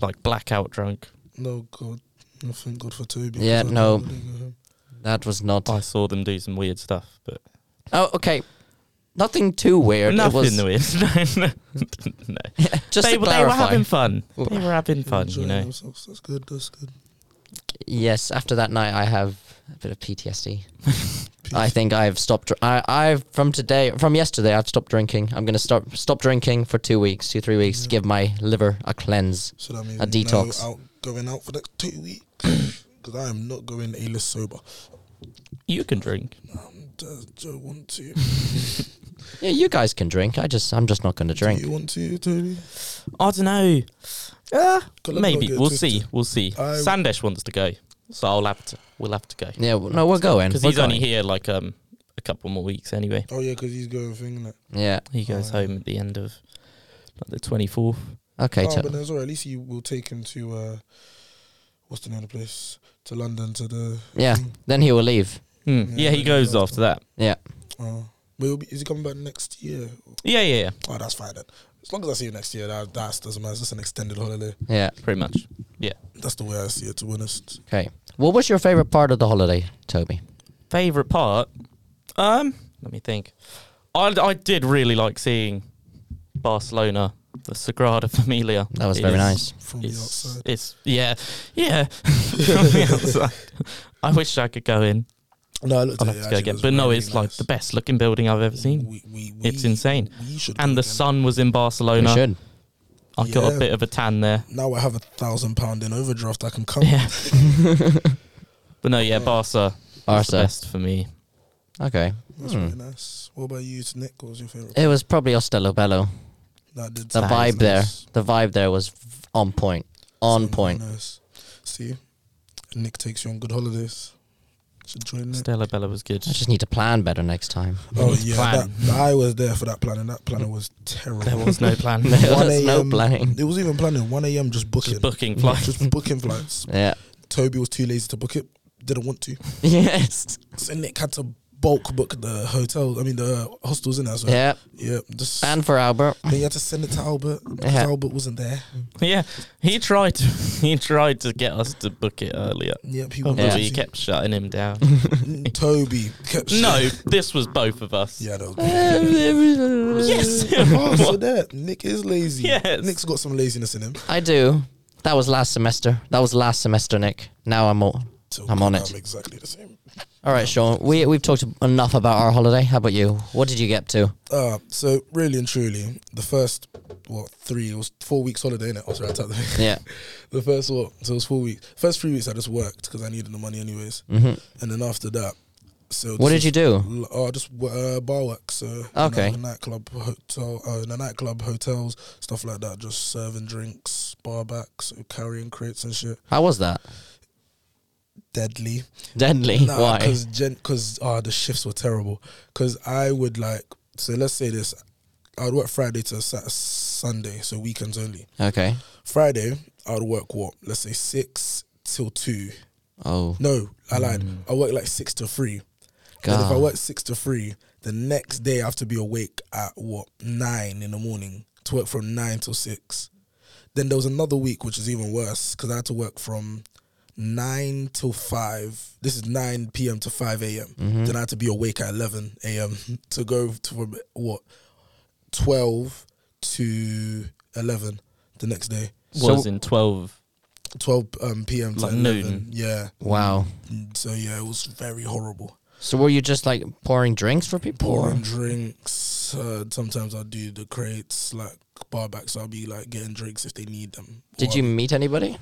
C: like blackout drunk.
B: No God. Nothing good for Toby.
A: Yeah,
B: 'cause I
A: no.
B: don't really know him.
A: That was not.
C: I saw them do some weird stuff, but
A: Oh, okay. Nothing too weird.
C: nothing
A: it was
C: weird. no, no. no.
A: just
C: they,
A: to
C: were- they were
A: clarify.
C: having fun.
A: Well,
C: They were having fun, you
B: Enjoying
C: know.
B: themselves. That's good. That's good.
A: Yes. After that night, I have a bit of PTSD. I think I've stopped. dr- I, I've from today, from yesterday, I've stopped drinking. I'm gonna stop stop drinking for two weeks, two three weeks. to Give my liver a cleanse.
B: So that means
A: A detox.
B: No out, going out for the next two weeks because I am not going a list sober.
C: You can drink.
B: Does Joe want to?
A: Yeah, you guys can drink. I just, I'm just not gonna
B: Do
A: drink.
B: you want to, Toby?
C: I don't know.
B: Could look
C: Maybe
B: like a
C: we'll
B: twisted-
C: see. We'll see.
B: I-
C: Sandesh wants to go, so I'll have to. We'll have to go
A: Yeah, well, no, we're going.
C: because
A: we're
C: he's only
A: going.
C: here like um a couple more weeks anyway.
B: Oh yeah, because he's going thing that.
A: Yeah.
C: He goes
B: Oh, yeah.
C: home at the end of like the twenty fourth.
A: Okay.
B: Oh,
A: so-
B: but there's all right. At least you will take him to uh, what's the name of the place? To London to the.
A: yeah.
B: thing.
A: Then he will leave.
C: Hmm.
B: Yeah,
C: Yeah, he
B: yeah,
C: goes
B: that's
C: after that.
A: Yeah.
B: Oh, but he'll be, is he coming back next year?
C: Yeah, yeah, yeah.
B: Oh, that's fine then. As long as I see you next year, that that's, doesn't matter. It's just an extended holiday.
A: Yeah.
C: Pretty much.
B: That's the way I see it. To be honest,
A: Okay. What was your favorite part of the holiday, Toby?
C: Favorite part? Um, let me think. I, I did really like seeing Barcelona, the Sagrada Familia.
A: That was
C: It
A: very
C: is-
A: nice.
B: from the
C: It's,
B: outside.
C: it's yeah, yeah. From the outside. I wish I could go in.
B: No, I looked
C: I'll
B: at
C: have
B: it,
C: to
B: actually,
C: go
B: it
C: again.
B: was
C: But no,
B: really
C: it's like
B: nice.
C: the best looking building I've ever seen.
B: We, we, we,
C: It's insane.
B: We should
C: And
B: go
C: the
B: again.
C: sun was in
A: We
C: Barcelona.
A: should.
C: I got
B: Yeah.
C: a bit of a tan there.
B: Now I have a thousand pound in overdraft. I can come.
C: Yeah. but no, yeah, Barca. was the
A: Barca.
C: best for me.
A: Okay.
B: That's
A: Hmm.
B: really nice. What about you, Nick? What was your favorite?
A: It was probably Ostello Bello.
B: That did
A: The
B: sound
A: vibe there.
B: nice.
A: The vibe there was v- on point. On
B: Sounded
A: point.
B: Nice. See, Nick takes you on good holidays. Should join Nick.
C: Stella Bella was good.
A: I just need to plan better next time.
B: Oh
C: His
B: yeah,
C: plan.
B: that, I was there for that plan, and that planner was terrible.
C: There was no plan.
A: There
B: One
A: was no
B: AM.
A: planning.
B: It was even planning. One a.m. just booking,
C: Just booking flights.
B: just booking flights.
A: Yeah.
B: Toby was too lazy to book it. Didn't want to.
A: Yes.
B: So Nick had to bulk book the hotel. I mean the hostels in there. So
A: Yeah.
B: yeah, just
A: And for Albert.
B: then you had to send it to Albert. 'cause
A: Yeah.
B: Albert wasn't there.
C: Yeah, he tried. To, he tried to get us to book it earlier.
B: Yeah, people.
C: But
A: Yeah.
C: We kept shutting him down.
B: Mm, Toby kept
C: no, this was both of us.
B: Yeah, that was
C: Yes.
B: Oh, so that Nick is lazy.
C: Yes.
B: Nick's got some laziness in him.
A: I do. That was last semester. That was last semester, Nick. Now I'm all.
B: So
A: I'm on it.
B: I'm exactly the same.
A: All right, Sean. We we've talked enough about our holiday. How about you? What did you get to?
B: Uh, so really and truly, the first what three it was four weeks holiday in it. Oh, sorry, I typed the-
A: Yeah.
B: the first what so it was four weeks. First three weeks I just worked because I needed the money anyways,
A: hmm
B: and then after that, so
A: What did you do?
B: do? Oh, I just wo- uh, bar work. So you know,
A: Okay.
B: the nightclub hotel, uh, in the nightclub hotels, stuff like that. Just serving drinks, bar backs, so carrying crates and shit.
A: How was that?
B: Deadly.
A: Deadly.
B: Nah,
A: Why?
B: Because gen- cause, uh, the shifts were terrible. Because I would like, so let's say this, I'd work Friday to Sat- Sunday, so weekends only.
A: Okay.
B: Friday, I'd work what? Let's say six till two.
A: Oh
B: No, I lied.
A: Mm.
B: I work like six to three. And if I
A: God.
B: work six to three, the next day I have to be awake at what? Nine in the morning to work from nine till six. Then there was another week which was even worse because I had to work from nine till five. This is nine p.m. to five a.m.
C: Mm-hmm.
A: Mm-hmm.
B: Then I had to be awake at eleven a.m. to go to from what twelve to eleven the next day.
C: Was
A: So-
C: in twelve.
B: Twelve um, p.m. to
C: Like
B: 11.
C: noon.
B: Yeah.
A: wow.
B: So yeah, it was very horrible.
A: So were you just like pouring drinks for people? or-
B: pouring drinks. Uh, sometimes I'll do the crates, like bar backs. I'll be like getting drinks if they need them.
A: Did
B: Or-
A: you meet anybody?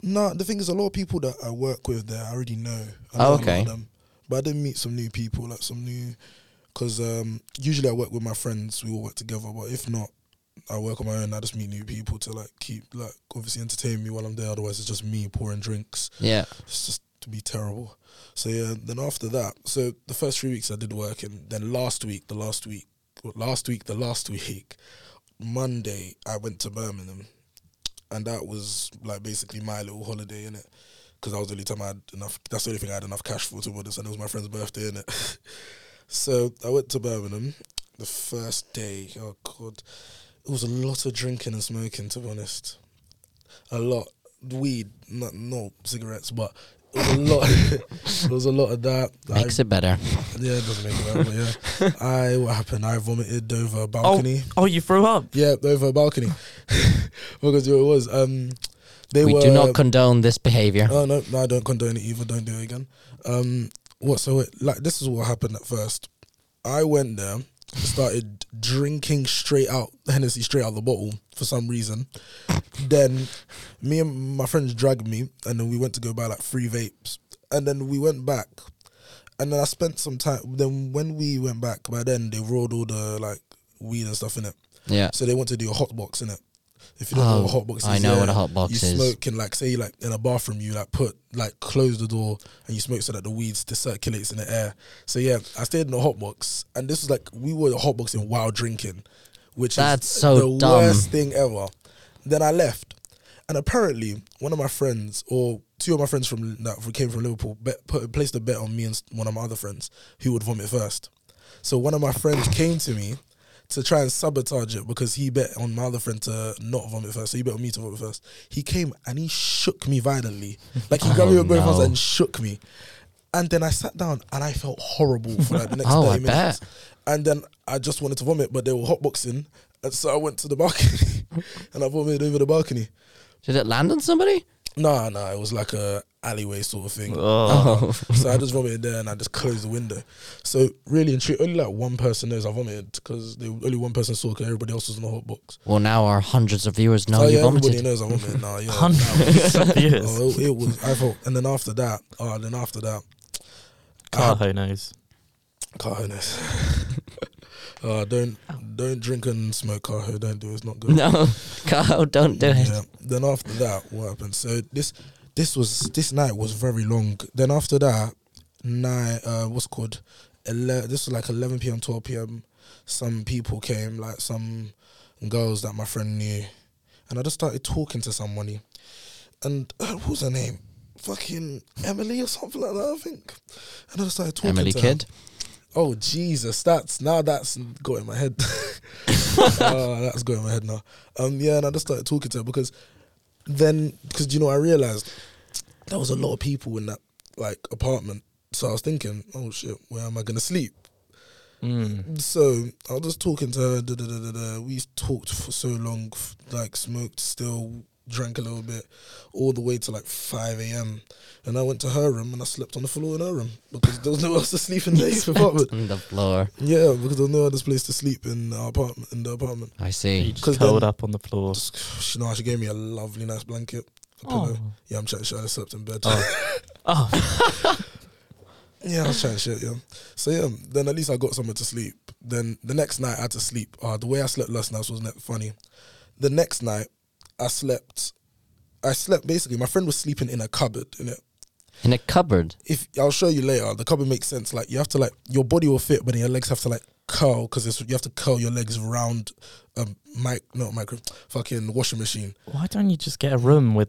B: No, the thing is, a lot of people that I work with there, I already know. I
A: Oh,
B: know a lot
A: okay.
B: of them. But I did meet some new people, like some new, because um, usually I work with my friends. We all work together. But if not, I work on my own. I just meet new people to like keep like obviously entertain me while I'm there. Otherwise, it's just me pouring drinks.
A: Yeah.
B: It's just to be terrible. So yeah, then after that, so the first three weeks I did work, and then last week, the last week, last week, the last week, Monday I went to Birmingham, and that was like basically my little holiday in it, because that was the only time I had enough. That's the only thing I had enough cash for to this, and it was my friend's birthday in it. so I went to Birmingham. The first day, oh god, it was a lot of drinking and smoking. To be honest, a lot weed, not no cigarettes, but it was a lot. it was a lot of that. I-
A: Makes it better.
B: yeah, it doesn't make it better, but yeah. I what happened? I vomited over a balcony.
C: Oh, oh, you threw up.
B: Yeah, over a balcony. because it was um, they
A: We
B: were. um,
A: do not condone this behavior.
B: Oh no, no, I don't condone it either. Don't do it again. Um, what? So it, like this is what happened at first. I went there, started drinking straight out Hennessy straight out the bottle for some reason. then me and my friends dragged me, and then we went to go buy like three vapes, and then we went back, and then I spent some time. Then when we went back, by then they rolled all the like weed and stuff in it.
A: Yeah.
B: So they want to do a hot box in it. If you don't know
A: Oh,
B: what a hot box is,
A: I know
B: yeah,
A: what a hot box
B: you
A: is.
B: smoke in like say like in a bathroom, you like put like close the door and you smoke so that the weeds just circulates in the air. So yeah, I stayed in a hot box, and this was like we were hot boxing while drinking, which
A: That's
B: is
A: so
B: the
A: dumb.
B: worst thing ever. Then I left, and apparently one of my friends or two of my friends from that came from Liverpool bet, put placed a bet on me and one of my other friends who would vomit first. So one of my friends came to me to try and sabotage it because he bet on my other friend to not vomit first. So he bet on me to vomit first. He came and he shook me violently. Like he grabbed me
A: Oh,
B: with both hands
A: no.
B: and shook me. And then I sat down and I felt horrible for like the next
A: Oh,
B: 30
A: I
B: minutes.
A: bet.
B: And then I just wanted to vomit, but they were hotboxing. And so I went to the balcony and I vomited over the balcony.
A: Did it land on somebody?
B: Nah, nah, it was like a alleyway sort of thing. Uh-huh.
A: Oh.
B: so I just vomited there and I just closed the window. So really and truly, only like one person knows I vomited because only one person saw because everybody else was in the hot box.
A: Well, now our hundreds of viewers know
B: oh
A: you
B: yeah, everybody
A: vomited.
B: knows I vomited. Nah, yeah,
C: Hundreds of
B: nah,
C: years.
B: oh, it, it was. I felt, and then after that, oh, then after that, uh,
C: Carho knows.
B: Carho knows. uh, don't don't drink and smoke Carho. Don't do it. It's not good.
A: No, Kyle, don't do it.
B: Yeah. Then after that, what happened? So this this was this night was very long. Then after that, night uh, what's it called? Ele- this was like eleven p.m. twelve p.m. Some people came, like some girls that my friend knew, and I just started talking to somebody, and uh, what was her name? Fucking Emily or something like that, I think. And I just started talking
A: Emily
B: to her.
A: Kidd.
B: Oh Jesus, that's now that's got in my head. oh, that's got in my head now. Um, yeah, and I just started talking to her because then because you know I realized there was a lot of people in that like apartment, so I was thinking, oh shit, where am I gonna sleep?
C: Mm.
B: So I was just talking to her. Da, da, da, da, da. We talked for so long, f- like smoked, still drank a little bit, all the way to like five a.m. And I went to her room and I slept on the floor in her room because there was no one else to sleep in the apartment.
A: On the floor.
B: Yeah, because there was no other place to sleep in our apartment. In the apartment,
A: I
C: He
A: see.
C: just
B: 'Cause
C: curled
B: then-
C: up on the floor.
B: Just- she know she gave me a lovely, nice blanket, a pillow.
C: Oh.
B: Yeah, I'm chatting shit. I just slept in bed.
C: Oh.
B: Yeah, I was trying shit, yeah. So yeah, then at least I got somewhere to sleep. Then the next night I had to sleep. Uh, the way I slept last night wasn't that funny. The next night I slept I slept basically my friend was sleeping in a cupboard, innit?
A: In a cupboard.
B: If I'll show you later, the cupboard makes sense. Like you have to like your body will fit, but then your legs have to like curl because it's you have to curl your legs around um mic not micro fucking washing machine.
C: Why don't you just get a room with?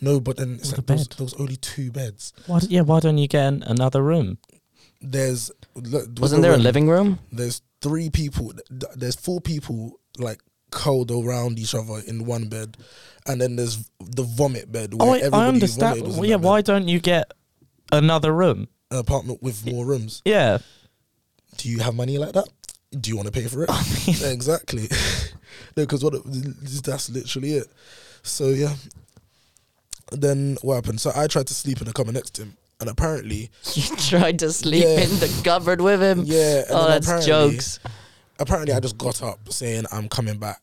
B: No, but then it's like
C: With a
B: there was,
C: bed.
B: there was only two beds.
C: Why? d- Yeah. Why don't you get an, another room?
B: There's look,
A: Wasn't there a
B: room.
A: living room?
B: there's three people th- there's four people like curled around each other in one bed and then there's the vomit bed where
C: Oh, I,
B: everybody
C: I understand.
B: vomited was in
C: yeah.
B: that bed.
C: Why don't you get another room?
B: an apartment with more rooms
C: Yeah.
B: do you have money like that do you want to pay for it exactly no because what it- that's literally it so yeah then what happened so i tried to sleep in the cupboard next to him and apparently
A: You tried to sleep
B: Yeah.
A: in the cupboard with him.
B: yeah and
A: oh,
B: then
A: that's
B: apparently-
A: jokes.
B: apparently I just got up saying I'm coming back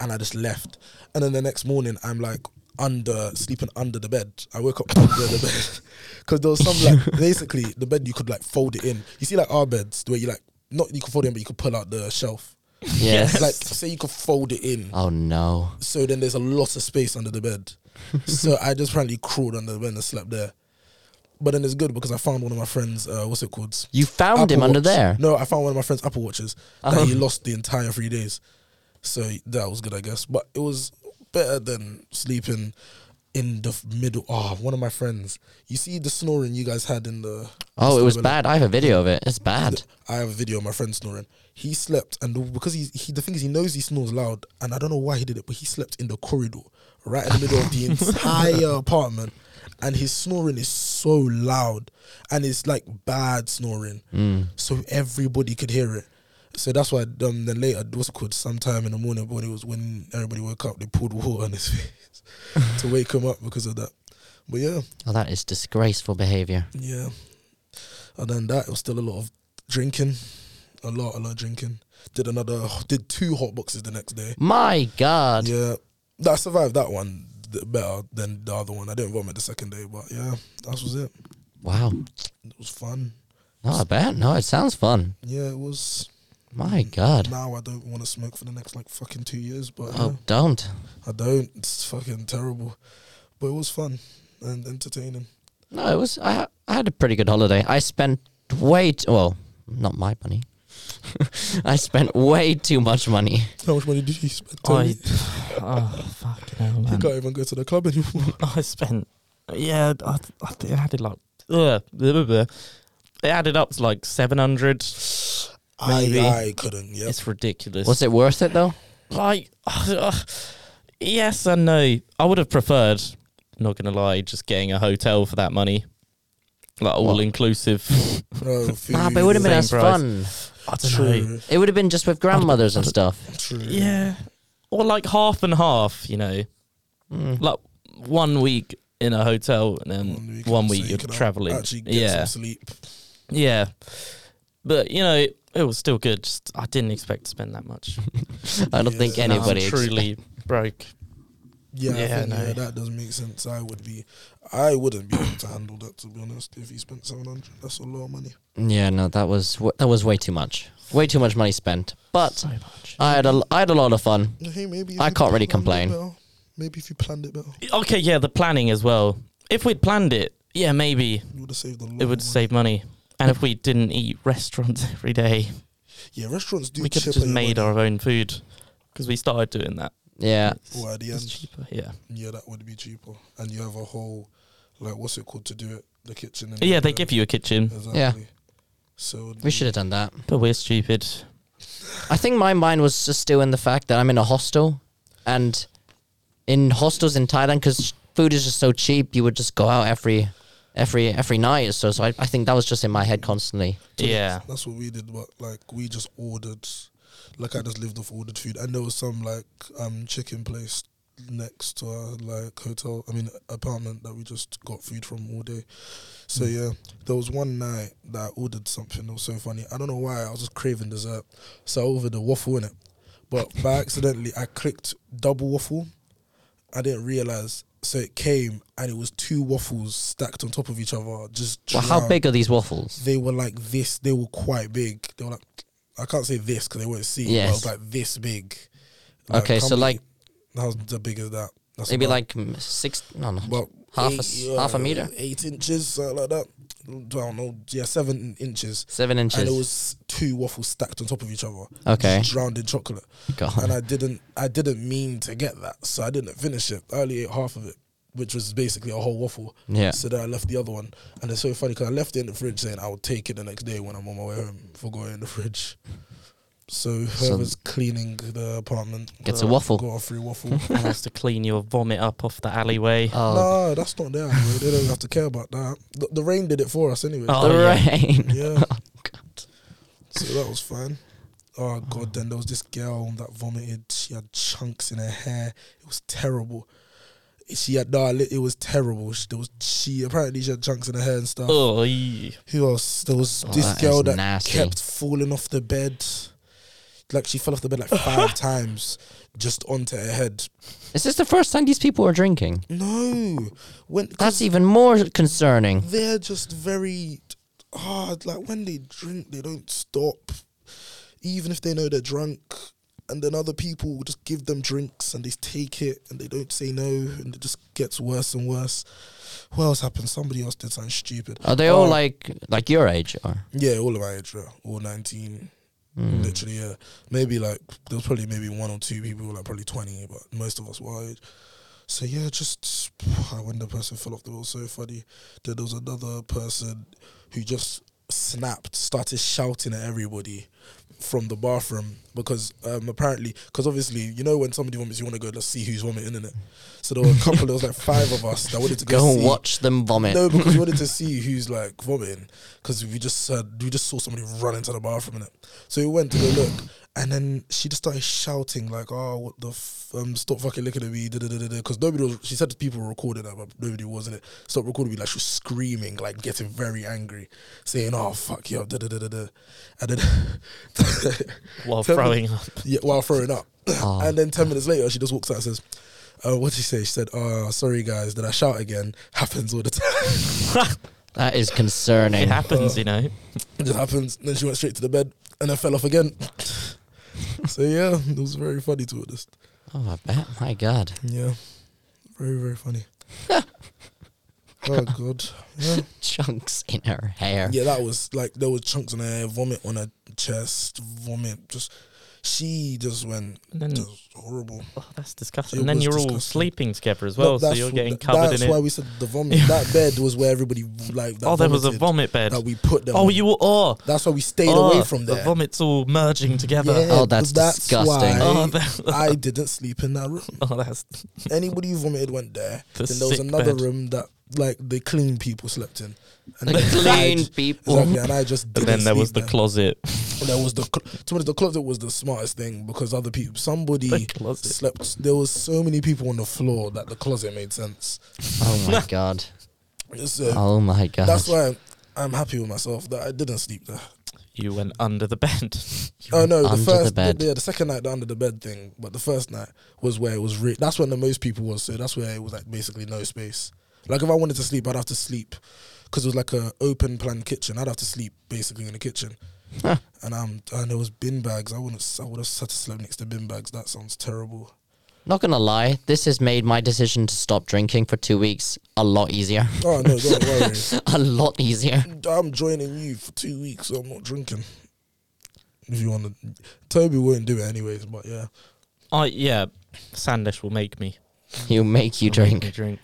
B: and I just left. And then the next morning I'm like under sleeping under the bed. I woke up under the bed because there was some like basically the bed you could like fold it in. You see like our beds where you like not you could fold it in but you could pull out the shelf.
A: Yes.
B: Like say you could fold it in.
A: Oh no.
B: So then there's a lot of space under the bed. so I just apparently crawled under the bed and slept there. But then it's good because I found one of my friends, uh, what's it called?
A: You found him
B: Apple
A: under
B: Watch.
A: there.
B: No, I found one of my friend's Apple Watches that
A: Oh.
B: he lost the entire three days. So that was good, I guess. But it was better than sleeping in the f- middle. Oh, one of my friends. You see the snoring you guys had in the.
A: Oh, it was
B: Starbucks?
A: bad. I have a video of it. It's bad.
B: I have a video of my friend snoring. He slept, and because he, he the thing is, he knows he snores loud, and I don't know why he did it, but he slept in the corridor, right in the middle of the entire apartment, and his snoring is so loud, and it's like bad snoring,
A: Mm.
B: so everybody could hear it. So that's why um, then later, what's it called? Sometime in the morning, when it was when everybody woke up, they poured water on his face to wake him up because of that. But yeah,
A: Oh, that is disgraceful behavior.
B: yeah. Other than that, it was still a lot of drinking. A lot, a lot of drinking. Did another, did two hot boxes the next day.
A: My God.
B: Yeah. That survived that one th- better than the other one. I didn't vomit the second day, but yeah, that was it.
A: Wow.
B: It was fun.
A: No, I bet. No, it sounds fun.
B: Yeah, it was.
A: My
B: Mm.
A: God.
B: Now I don't want to smoke for the next like fucking two years, but
A: Oh,
B: yeah,
A: don't.
B: I don't. It's fucking terrible. But it was fun and entertaining.
A: No, it was. I, ha- I had a pretty good holiday. I spent way t- well, not my money. I spent way too much money.
B: How much money did you spend?
C: I.
B: Tony?
C: Oh fucking hell,
B: You
C: man.
B: can't even go to the club anymore.
C: I spent, yeah, I, I think it added like, ugh, blah, blah, blah. it added up to like 700. Maybe.
B: I, I couldn't. Yeah,
C: It's ridiculous.
A: Was it worth it though?
C: Like, uh, yes and no. I would have preferred, not going to lie, just getting a hotel for that money. Like all inclusive.
B: Oh, food,
A: Nah, but it would have been
C: Same
A: as
C: price.
A: fun.
C: I don't know.
B: True,
A: It would have been just with grandmothers and stuff.
B: true.
C: Yeah. Or like half and half, you know.
A: Mm.
C: Like one week in a hotel and then one week,
B: so you
C: you're
B: can
C: traveling.
B: Actually, get
C: yeah.
B: some sleep.
C: Yeah. But, you know, it, it was still good. Just I didn't expect to spend that much.
A: I don't
B: Yeah.
A: think
B: No, I'm
A: anybody.
C: I'm
A: ex-
C: truly broke.
B: Yeah, I
C: Yeah,
B: think,
C: no.
B: yeah, that does make sense. I would be, I wouldn't be able to handle that to be honest. If he spent seven hundred, that's a lot of money.
A: yeah, no, that was w- that was way too much. Way too much money spent. But
C: So much.
A: I had a l- I had a lot of fun.
B: Hey, maybe if
A: I
B: you
A: can't really
B: planned it
A: complain.
B: better. Maybe if you planned it better,
C: Okay, yeah, the planning as well. If we'd planned it, yeah, maybe
B: you would have saved a lot.
C: it
B: of
C: would
B: money.
C: save money. And if we didn't eat restaurants every day,
B: Yeah, restaurants do.
C: we could
B: chip
C: have just
B: at your
C: made
B: money.
C: our own food because we started doing that.
A: Yeah,
B: Or at the
C: It's
B: end,
C: cheaper, yeah.
B: yeah, that would be cheaper. And you have a whole, like, what's it called to do it? The kitchen. And
C: Yeah, they give you a kitchen,
B: Exactly.
A: Yeah.
B: So
A: we should have done that.
C: but we're stupid.
A: I think my mind was just still in the fact that I'm in a hostel, and in hostels in Thailand, because food is just so cheap, you would just go out every every every night. So, so I, I think that was just in my head constantly.
C: Yeah.
B: That's what we did, but like we just ordered, like I just lived off ordered food, and there was some like um chicken place next to our like hotel, I mean apartment that we just got food from all day. So
A: Hmm.
B: yeah, there was one night that I ordered something that was so funny. I don't know why I was just craving dessert, so I ordered a waffle in it, but by accidentally I clicked double waffle. I didn't realize, so it came and it was two waffles stacked on top of each other. Just
A: Well, how
B: drowned
A: big are these waffles?
B: they were like this. They were quite big. They were like I can't say this because they weren't seen. But it
A: Yes.
B: was like this big.
A: Okay,
B: how
A: so,
B: many-
A: like-
B: how's the big as that? That's
A: Maybe
B: about-
A: like mm, six. No, no.
B: about
A: half a s- half a meter?
B: eight inches, something like that. I don't know. Yeah, seven inches.
A: Seven inches.
B: And it was two waffles stacked on top of each other.
A: Okay.
B: just drowned in chocolate.
A: God.
B: And I didn't. I didn't mean to get that, so I didn't finish it. I only ate half of it, which was basically a whole waffle.
A: Yeah.
B: So then I left the other one, and it's so funny because I left it in the fridge, saying I'll take it the next day when I'm on my way home. Forgot it in the fridge. So whoever's cleaning the apartment
A: Gets a waffle.
B: Got a free waffle.
C: I have to clean your vomit up off the
B: Uh,
C: alleyway.
A: Oh,
B: nah, that's not there. Bro. They don't have to care about that. The, the rain did it for us anyway.
C: Oh,
A: the
C: yeah.
A: rain.
B: Yeah.
A: Oh, God.
B: So that was fun. Oh god, then there was this girl that vomited. She had chunks in her hair. It was terrible. She had no, it was terrible. She, there was she apparently she had chunks in her hair and stuff.
C: Oh, yeah.
B: Who else? There was
A: Oh,
B: this
A: that
B: girl
A: is
B: that
A: nasty.
B: kept falling off the bed. Like she fell off the bed like five times, just onto her head.
A: Is this the first time these people are drinking?
B: No, when 'cause
A: That's even more concerning.
B: they're just very hard. Like when they drink, they don't stop, even if they know they're drunk. And then other people will just give them drinks and they take it and they don't say no and it just gets worse and worse. What else happened? Somebody else did something stupid.
A: Are they all
B: Oh,
A: like like your age or? hmm.
B: Yeah, all of my age, yeah. all nineteen.
A: Mm.
B: Literally, yeah. Maybe like there was probably maybe one or two people like probably twenty, but most of us were our age. So yeah, just when the person fell off the wall, so funny. Then there was another person who just snapped, started shouting at everybody from the bathroom because um, apparently, because obviously, you know, when somebody vomits, you want to go, let's see who's vomiting in it. So there were a couple, there was like five of us that wanted to go,
A: Go and
B: see
A: watch them vomit.
B: no, because we wanted to see who's like vomiting, because we just said we just saw somebody run into the bathroom in it. So we went to go look, and then she just started shouting like, "Oh, what the f- um, stop fucking looking at me!" Because nobody was. She said people were recording her, but nobody was in it. Stop recording me! Like she was screaming, like getting very angry, saying, "Oh fuck you!" da-da-da-da-da." And then
C: while
B: Tell me-
C: throwing up.
B: yeah, while throwing up.
A: Oh,
B: and then 10 minutes later, she just walks out and says, uh, what did she say? She said, oh, sorry guys, did I shout again? Happens all the time.
A: That is
C: It
A: concerning.
B: Uh,
C: happens, you know.
B: it just happens. And then she went straight to the bed and then fell off again. so yeah, it was very funny to witness.
A: Oh, I bet. My God.
B: Yeah, very, very funny. oh, God. Yeah.
A: Chunks in her hair.
B: Yeah, that was like there was chunks on her hair, vomit on her chest, vomit. Just she just went
C: And then,
B: just horrible.
C: oh, that's disgusting.
B: It
C: and then
B: was
C: you're all
B: disgusting.
C: sleeping together as well,
B: But
C: so
B: that's
C: you're
B: wh-
C: getting
B: th-
C: covered
B: That's
C: in
B: why
C: it.
B: we said the vomit. that bed was where everybody like. That
C: Oh, there was a
B: vomited
C: vomit bed.
B: that we put them.
C: Oh,
B: in.
C: you were. Oh,
B: That's why we stayed
C: oh,
B: away from
C: The
B: there.
C: vomit's all merging together.
B: Yeah,
A: Oh, that's
B: that's
A: disgusting.
B: Why
C: Oh, that-
B: I didn't sleep in that room.
C: Oh, that's
B: Anybody who vomited went there.
C: The
B: then there was
C: sick
B: another
C: bed.
B: room that like the clean people slept in. And
A: The clean Oh,
B: they died.
A: people.
B: Exactly, and I just
C: And
B: didn't
C: then there was the
B: sleep
C: closet.
B: there. There was the cl- to be honest, the closet was the smartest thing because other people somebody
C: closet.
B: slept. There was so many people on the floor that the closet made sense.
A: Oh my god.
B: So
A: Oh my god.
B: that's why I'm happy with myself that I didn't sleep there.
D: You went under the bed.
B: Oh no, the
A: Under the
B: first
A: bed.
B: yeah, the second night the under the bed thing, but the first night was where it was re- that's when the most people was, so that's where it was like basically no space. Like if I wanted to sleep, I'd have to sleep because it was like a open plan kitchen. I'd have to sleep basically in the kitchen.
A: Huh.
B: And um and there was bin bags. I wouldn't s- I would have sat to sleep next to bin bags. That sounds terrible.
A: Not gonna lie, this has made my decision to stop drinking for two weeks a lot easier.
B: Oh no, don't worry.
A: a lot easier.
B: I'm joining you for two weeks, so I'm not drinking. If you want to, Toby wouldn't do it anyways. But yeah,
D: I yeah, Sandish will make me.
A: You make you
D: will make me
A: drink.
D: drink.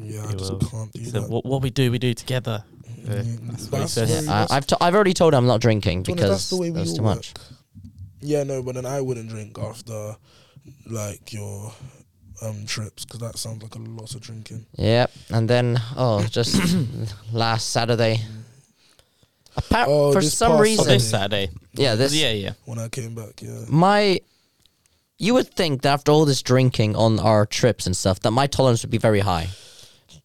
B: yeah, I
D: You
B: just
D: will.
B: can't do
D: He said,
B: that.
D: what what we do, we do together. Yeah,
B: Mm,
D: that's what he says.
A: Yeah,
B: very-
A: I,
B: that's-
A: Uh, I've t- I've already told her I'm not drinking
B: Johnny,
A: because
B: that's
A: that's,
B: the way we all
A: too much.
B: Yeah, no, but then I wouldn't drink after like your um trips because that sounds like a lot of drinking.
A: Yep. And then oh, just last Saturday. Appar-
B: Oh,
A: for
B: this
A: some
B: past
D: Oh,
A: reason,
D: this Saturday.
A: yeah, this
D: yeah, yeah.
B: When I came back, yeah,
A: my you would think that after all this drinking on our trips and stuff that my tolerance would be very high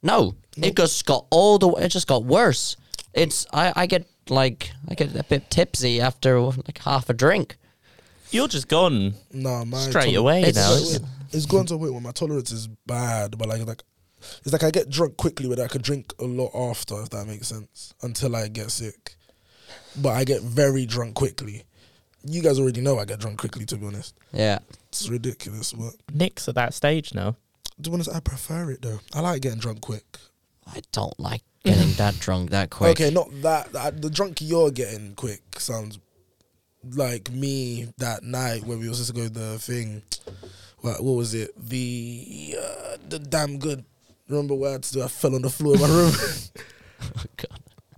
A: no it just got all the it just got worse it's i i get like i get a bit tipsy after like half a drink
D: You're just gone
B: nah, my
D: straight
B: tol-
D: away
A: It's
D: now.
A: so-
D: isn't it?
B: It's gone to a point where my tolerance is bad, but like like it's like I get drunk quickly, but I could drink a lot after if that makes sense until I get sick. But I get very drunk quickly. You guys already know I get drunk quickly. To be honest,
A: yeah
B: it's ridiculous. But
D: Nick's at that stage now.
B: to be honest, I prefer it though. I like getting drunk quick.
A: i don't like getting that drunk that quick
B: Okay, not that. that- The drunk you're getting quick sounds like me that night when we were supposed to go to the thing. What, what was it? The uh, the damn good. Remember where I, had to do- I fell on the floor in my room?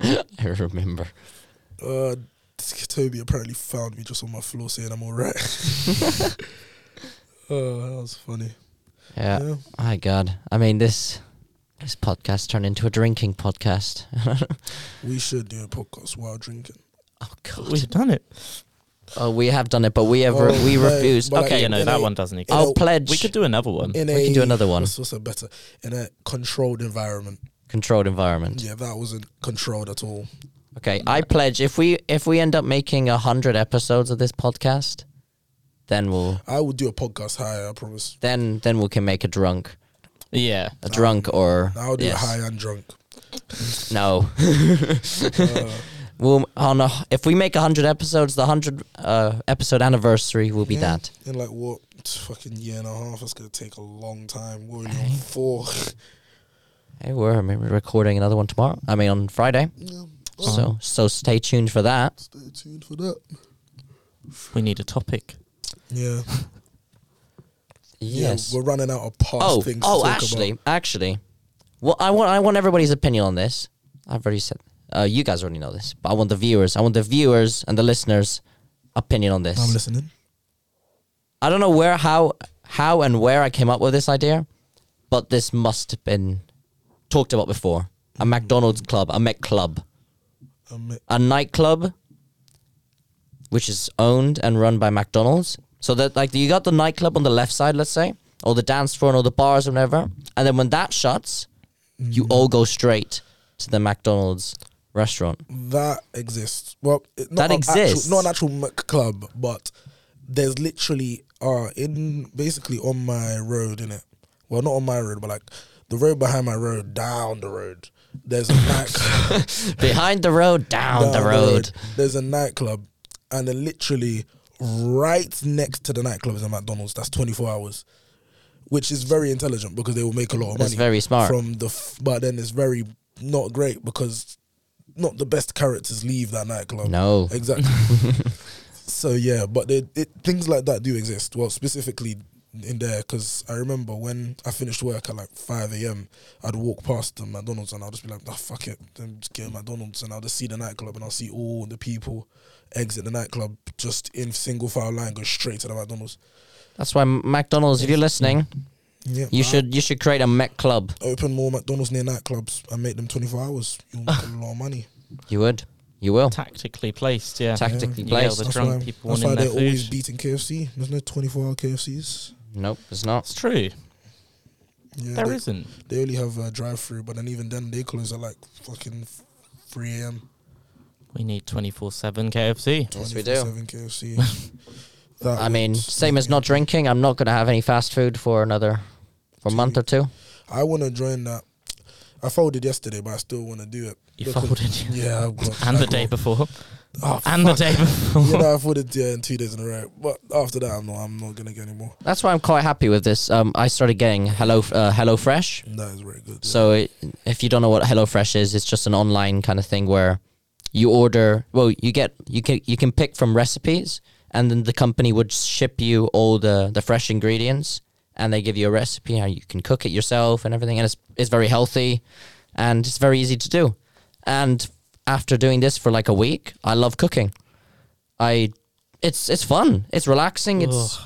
A: i remember
B: uh, Toby apparently found me just on my floor saying I'm alright. oh, that was funny.
A: yeah
B: Yeah.
A: my god i mean this this podcast turned into a drinking podcast
B: We should do a podcast while drinking.
A: oh god
D: We've done it.
A: oh we have done it but we have
B: Oh,
A: we
B: mate,
A: refused
B: but like-
A: okay
D: Yeah, no,
B: in
D: that
B: a-
D: one doesn't exist.
B: in
A: i'll
B: a-
A: pledge
D: we could do another one.
B: In
A: We can do another one.
B: What's, what's a better? In a controlled environment.
A: controlled environment
B: Yeah, that wasn't controlled at all.
A: Okay, I pledge if we if we end up making a hundred episodes of this podcast, then we'll
B: I will do a podcast higher, I promise.
A: then then we can make a drunk
D: Yeah.
A: a drunk or
B: I'll do
A: yes.
B: it high and drunk.
A: No,
B: Uh,
A: we'll on a, if we make a hundred episodes, the hundred uh, episode anniversary will be
B: yeah,
A: that.
B: In like what? Fucking year and a half. That's going to take a long time. We're only on four.
A: Hey, we're maybe recording another one tomorrow. I mean on Friday.
B: Yeah.
A: So so stay tuned for that.
B: Stay tuned for that.
D: We need a topic.
B: Yeah.
A: Yes.
B: Yeah, we're running out of past
A: oh
B: things
A: oh
B: to talk
A: actually
B: about.
A: actually, well I want I want everybody's opinion on this. I've already said uh, you guys already know this, but I want the viewers. I want the viewers and the listeners' opinion on this.
B: I'm listening.
A: I don't know where, how, how, and where I came up with this idea, but this must have been talked about before. A McDonald's club, a Met club,
B: I'm Um, it.
A: a nightclub, which is owned and run by McDonald's. So that like you got the nightclub on the left side, let's say, or the dance floor and all the bars and whatever, and then when that shuts, you all go straight to the McDonald's restaurant.
B: That exists. Well, it, not
A: That
B: an actual-
A: exists.
B: not an actual Mac club, but there's literally uh in basically on my road in it. Well, not on my road, but like the road behind my road, down the road. There's a nightclub.
A: Behind the road, down, the road.
B: There's a nightclub, and then literally right next to the nightclub is a McDonald's. That's 24 hours, which is very intelligent because they will make a lot of money.
A: That's very smart.
B: From the, f- but then it's very not great because not the best characters leave that nightclub.
A: No.
B: exactly. so yeah, but they, it, things like that do exist. Well, specifically in there because I remember when I finished work at like 5 a.m. I'd walk past the McDonald's and I'll just be like, ah, fuck it, then just get a McDonald's and I'll just see the nightclub and I'll see all the people exit the nightclub just in single file line go straight to the McDonald's.
A: That's why McDonald's, if you're listening,
B: Yeah,
A: You
B: but
A: should you should create a Met club.
B: open more McDonald's near nightclubs and make them twenty four hours. You'll make a lot of money.
A: You would. You will.
D: Tactically placed, yeah.
A: Tactically
D: Yeah,
A: placed.
D: the
B: That's
D: drunk
B: why,
D: people
B: that's why
D: wanting
B: they're
D: their
B: always
D: food.
B: beating KFC. There's no twenty four hour KFCs.
A: Nope, it's not.
D: It's true.
B: Yeah,
D: There
B: they,
D: isn't.
B: they only have a drive through, but then even then they close at like fucking three a.m.
D: We need 24 7 KFC.
A: Yes, we do.
B: 24/7 KFC. That
A: I mean,
B: would-
A: same as not drinking. I'm not gonna have any fast food for another for a month or two.
B: I want to join that. I folded yesterday, but I still want to do it.
D: You
B: Because-
D: folded, yeah.
B: Yeah, I've got,
D: And the
B: I've
D: day
B: got-
D: before.
B: Oh,
D: And the day before.
B: you know, I folded yeah in two days in a row. But after that, I'm not. I'm not gonna get any more.
A: That's why I'm quite happy with this. Um, I started getting Hello uh, Hello Fresh.
B: That is very good. yeah.
A: So it, if you don't know what HelloFresh is, it's just an online kind of thing where you order. Well, you get you can you can pick from recipes, and then the company would ship you all the the fresh ingredients, and they give you a recipe how you can cook it yourself and everything. And it's it's very healthy, and it's very easy to do. And after doing this for like a week, I love cooking. I it's it's fun. It's relaxing. It's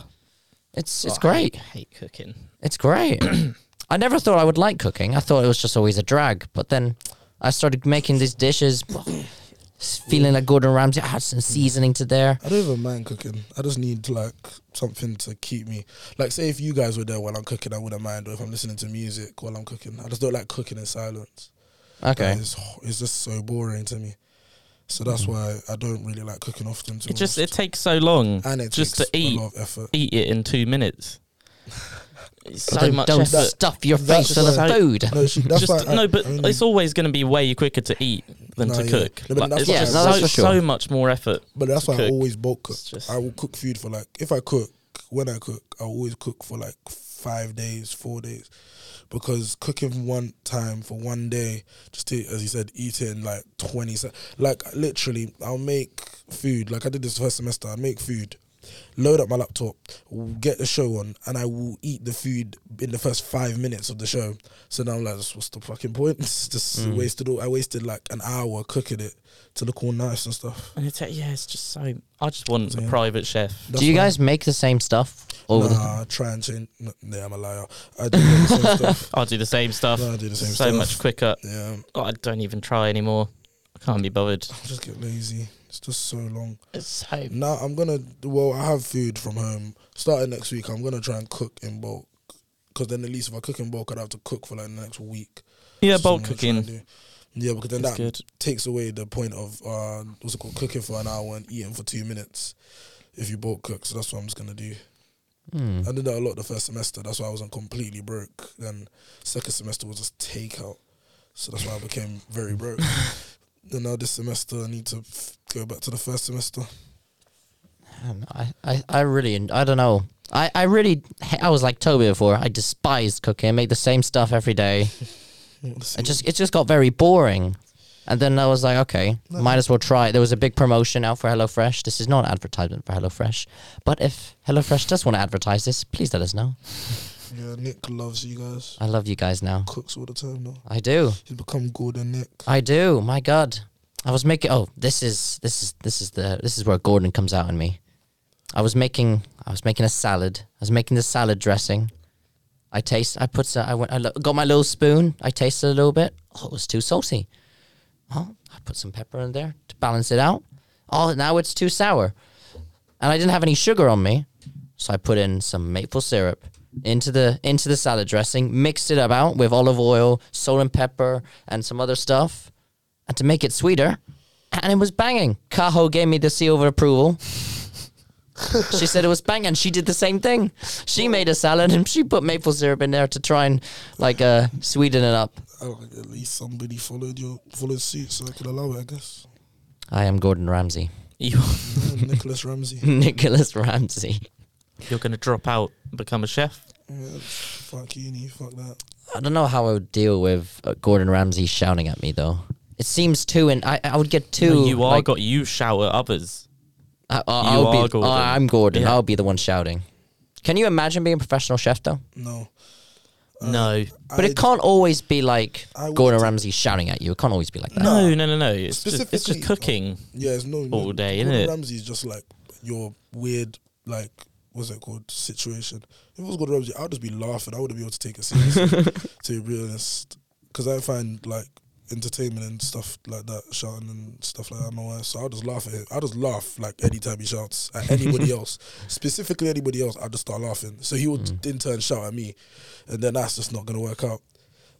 A: it's it's
D: Oh, I
A: great.
D: hate cooking.
A: It's great. I never thought I would like cooking. I thought it was just always a drag. But then I started making these dishes, feeling like Gordon Ramsay. I had some seasoning to there.
B: I don't even mind cooking. I just need like something to keep me. Like, say if you guys were there while I'm cooking, I wouldn't mind. Or if I'm listening to music while I'm cooking, I just don't like cooking in silence.
A: Okay.
B: It's, it's just so boring to me. So that's why I don't really like cooking often. To
D: It just
B: be
D: it takes so long.
B: honest. and it
D: just
B: takes
D: to eat.
B: a lot of effort.
D: Eat it in two minutes. It's
A: But
D: so
A: then
D: much
A: don't
D: effort.
A: stuff your
B: That's
A: face with the
B: why-
A: food.
B: No, she, that's
D: just
B: why I
D: no, but
B: only-
D: it's always going to be way quicker to eat than
B: No,
D: to
B: yeah.
D: cook.
B: No, but
D: Like,
B: that's
D: it's
B: what
D: just
B: I-
D: so,
A: That's for sure.
D: so much more effort.
B: But that's why I
D: cook.
B: always bulk cook.
D: It's just-
B: I will cook food for like if I cook when I cook, I always cook for like five days, four days, because cooking one time for one day, just to, as you said, eating like twenty, se- like literally, I'll make food. Like I did this first semester, I make food. Load up my laptop, w- get the show on, and I will eat the food in the first five minutes of the show. So now I'm like, what's the fucking point? just
D: Mm.
B: wasted all. I wasted like an hour cooking it to look all nice and stuff.
D: And it's, yeah, it's just so. I just want
B: So, yeah.
D: a private chef.
B: That's
A: Do you
B: why-
A: guys make the same stuff over the?
B: Nah, I try and change. No, yeah, I'm a liar. I do the same stuff.
D: I'll do the same stuff.
B: No, I do the same
D: so
B: stuff.
D: much quicker.
B: Yeah,
D: Oh, I don't even try anymore. I can't be bothered.
B: I just get lazy. It's just so long.
D: It's so.
B: Now I'm gonna. Well, I have food from home. Starting next week, I'm gonna try and cook in bulk. Because then at least if I cook in bulk, I'd have to cook for like the next week.
D: Yeah,
B: So
D: bulk
B: I'm gonna try and
D: cooking
B: do- Yeah, because then
D: is
B: that
D: good.
B: takes away the point of uh, what's it called, cooking for an hour and eating for two minutes. If you bulk cook, so that's what I'm just gonna do.
A: Hmm.
B: I did that a lot the first semester. That's why I wasn't completely broke. Then second semester was just takeout, so that's why I became very broke. then now this semester I need to f- go back to the first semester.
A: Um, I, I, I really, I don't know. I, I really, I was like Toby before. I despised cooking. I made the same stuff every day.
B: I
A: It just, it just got very boring. And then I was like, okay, might as well try. it. There was a big promotion out for HelloFresh. This is not an advertisement for HelloFresh, but if HelloFresh does want to advertise this, please let us know.
B: yeah, Nick loves you guys.
A: I love you guys now.
B: Cooks all the time now.
A: I do.
B: He's become Gordon Nick.
A: I do. My God, I was making. Oh, this is this is this is the this is where Gordon comes out in me. I was making I was making a salad. I was making the salad dressing. I taste. I put. so- I went. I lo- got my little spoon. I tasted a little bit. Oh, it was too salty. Oh, I put some pepper in there to balance it out. Oh, now it's too sour. And I didn't have any sugar on me, so I put in some maple syrup into the into the salad dressing, mixed it up out with olive oil, salt and pepper, and some other stuff, and to make it sweeter. And it was banging. Cajo gave me the seal of approval. she said it was banging. She did the same thing. She made a salad and she put maple syrup in there to try and like uh, sweeten it up.
B: I like at least somebody followed your followed suit, so I could allow it. I guess.
A: I am Gordon Ramsay.
D: you
B: Yeah, Nicholas Ramsey.
A: Nicholas Ramsay.
D: you're going to drop out and become a chef.
B: Yeah, fuck uni. Fuck that.
A: I don't know how I would deal with uh, Gordon Ramsay shouting at me though. It seems too, and I, I would get too.
D: No, you are
A: like,
D: got you shower others.
A: I, I,
D: you
A: I'll be,
D: are Gordon.
A: oh, I'm Gordon.
D: Yeah.
A: I'll be the one shouting. Can you imagine being a professional chef though?
B: No. Uh,
D: no.
A: But it
B: I-
A: can't always be like
B: I would-
A: Gordon Ramsay shouting at you. It can't always be like that.
D: No, no, no, no. It's just, it's
B: Specifically-
D: just cooking.
B: Yeah, it's no
D: all day,
B: Gordon
D: innit?
B: Ramsay's just like your weird, like what's it called situation. If it was Gordon Ramsay, I'd just be laughing. I wouldn't be able to take it seriously, to be honest, because I find like entertainment and stuff like that, shouting and stuff like that. My wife, so I'll just laugh at him. I'll just laugh like anytime he shouts at anybody else, specifically anybody else. I'll just start laughing. So he would in turn shout at me, and then that's just not gonna work out.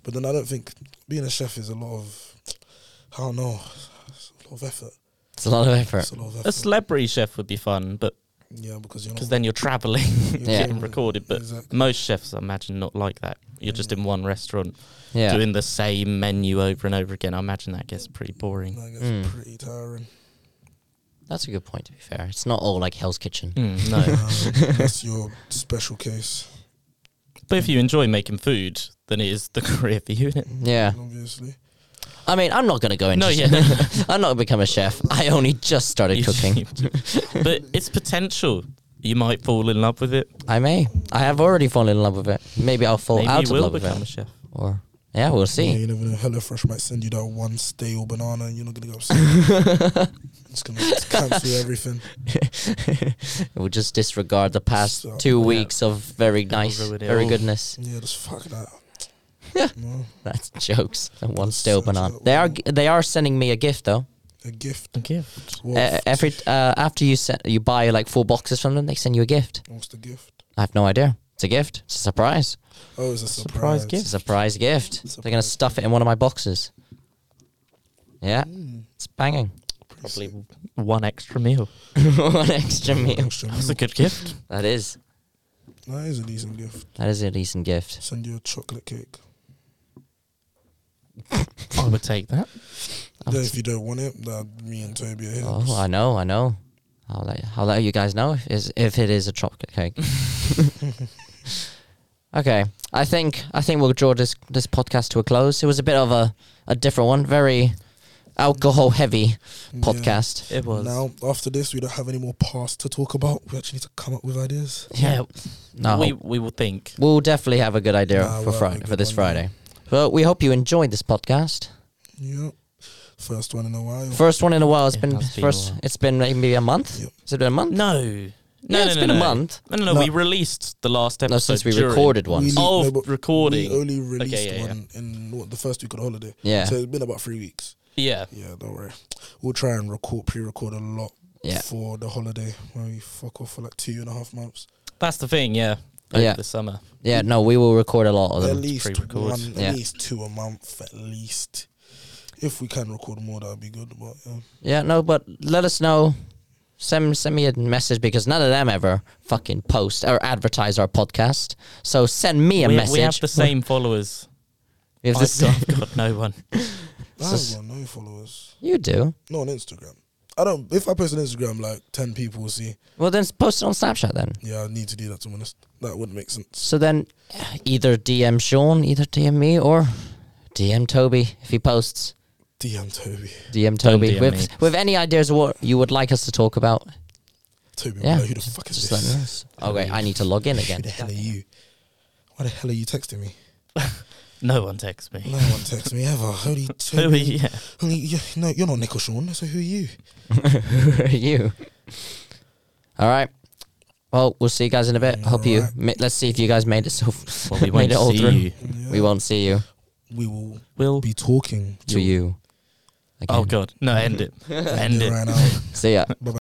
B: But then I don't think being a chef is a lot of, I don't know, it's a lot of effort.
A: It's a lot of
B: It's
A: effort.
B: a lot of
C: A
B: effort.
C: celebrity chef would be fun, but
B: Yeah, because you're not.
C: because then you're traveling.
B: you're
A: Yeah.
B: getting
C: recorded, but
B: Exactly.
C: Most chefs, I imagine, not like that. You're just in one restaurant
A: Mm. Yeah.
C: doing the same menu over and over again. I imagine that gets pretty boring.
B: I guess
A: Mm.
B: pretty tiring.
A: That's a good point, to be fair. It's not all like Hell's Kitchen.
C: Mm, no,
B: Um, that's your special case,
C: but if you enjoy making food, then it is the career for you. Isn't it?
A: Yeah.
B: obviously.
A: I mean, I'm not going to go into
C: No, yeah.
A: I'm not going to become a chef. I only just started
C: You-
A: cooking.
C: but it's potential. You might fall in love with it.
A: I may. I have already fallen in love with it. Maybe I'll fall
C: Maybe
A: out
C: you
A: of
C: will
A: love with
C: become a
A: it.
C: chef.
A: Or, yeah, we'll
B: Yeah,
A: see.
B: you never know. HelloFresh might send you that one stale banana, and you're not gonna get upset. it's gonna cancel everything.
A: we'll just disregard the past
B: So,
A: two
C: yeah.
A: weeks of very nice,
C: ruin it
A: very
C: all.
A: goodness.
B: Yeah, just fuck that. no,
A: That's jokes. And one
B: That's
A: stale
B: such a
A: banana. They are g- they are sending me a gift though.
B: a gift.
C: A gift.
B: What,
A: Uh,
B: f-
A: every uh, after you se- you buy like four boxes from them, they send you a gift.
B: what's the gift?
A: I have no idea. It's a gift. It's a surprise.
B: Oh, it's a
C: Surprise
B: surprise,
A: It's a
C: gift.
A: surprise gift. They're gonna
B: Surprise.
A: stuff it in one of my boxes. Yeah,
B: Mm,
A: it's banging.
B: pretty
C: Probably
B: sick.
C: one extra meal.
A: one extra meal.
B: Extra
C: That's a
B: meal.
C: good gift.
A: That is
B: That is a decent gift.
A: that is a decent gift.
B: Send you a chocolate cake.
C: I would take that.
A: Oh,
B: Then if you don't want it, that me and Toby are here.
A: Oh, I know, I know. I'll let, I'll let you guys know if, is, if it is a chocolate cake. okay, I think I think we'll draw this this podcast to a close. It was a bit of a, a different one, very alcohol heavy
B: Yeah.
A: podcast.
C: It was.
B: Now, after this, we don't have any more past to talk about. We actually need to come up with ideas.
A: Yeah, no,
C: We we will think.
A: we'll definitely have a good idea
B: Nah,
A: for
B: we'll have a
A: Friday for
B: good
A: this
B: one,
A: Friday. But we hope you enjoyed this podcast.
B: Yep. First one in a while.
A: First one in a while. It's
C: It
A: been
C: has been a
A: first.
C: while.
A: It's been maybe a month.
B: Yep.
A: Has it been a month?
C: No. No,
A: yeah,
C: no,
A: it's
C: no,
A: been
C: no.
A: a month.
C: No, no, no.
B: No.
C: We released the last episode
A: No, since we
C: during-
A: recorded one.
B: We
C: Oh,
B: No, but
C: recording.
B: We only released
C: yeah, yeah.
B: one in what, the first week of the holiday.
A: Yeah.
B: So it's been about three weeks.
C: Yeah.
B: Yeah, don't worry. We'll try and record, pre-record a lot
A: Yeah.
B: for the holiday where we fuck off for like two and a half months.
C: That's the thing, yeah. Over
A: Yeah.
C: the summer.
A: Yeah, no, we will record a lot of
B: at
A: them.
B: least
C: pre-record.
B: one,
A: Yeah.
B: at least two a month, at least. If we can record more, that'd be good. But yeah.
A: Yeah, no, but let us know. Send send me a message because none of them ever fucking post or advertise our podcast. So send me a
C: we,
A: message.
C: we have the same followers.
A: We have the
C: I've,
A: same-
C: got, I've got no one.
B: I
A: So-
B: have got no followers.
A: You do.
B: No, on Instagram. I don't. If I post on Instagram, like ten people will see.
A: Well, then post it on Snapchat then.
B: Yeah, I need to do that. To be honest, that would make sense.
A: So then, either DM Sean, either DM me, or DM Toby if he posts.
B: DM Toby.
A: DM Toby
C: DM
A: with
C: me.
A: with any ideas of what you would like us to talk about.
B: Toby,
A: Yeah,
B: yeah. who the fuck is
A: Just let
B: this?
A: me know. Okay, I need to log in
B: Who
A: again.
B: the hell are you? Why the hell are you texting me?
C: No one texts me.
B: No one texts me ever. Holy
C: So
B: Toby.
C: we- yeah.
B: Only, you, no, you're not Nick or Sean, so who are you?
A: Who are you? All right. Well, we'll see you guys in a bit. Hope you.
B: Alright.
A: ma- Let's see if you guys made it so.
C: Well, we
A: made
C: won't
A: it all
C: see
A: through.
C: you.
B: Yeah.
A: We won't see you
B: We will
C: We'll.
B: be talking
A: to you.
C: Oh,
A: Again.
C: God. No, end it.
B: End
C: End
B: it
C: it.
B: right now.
A: See ya.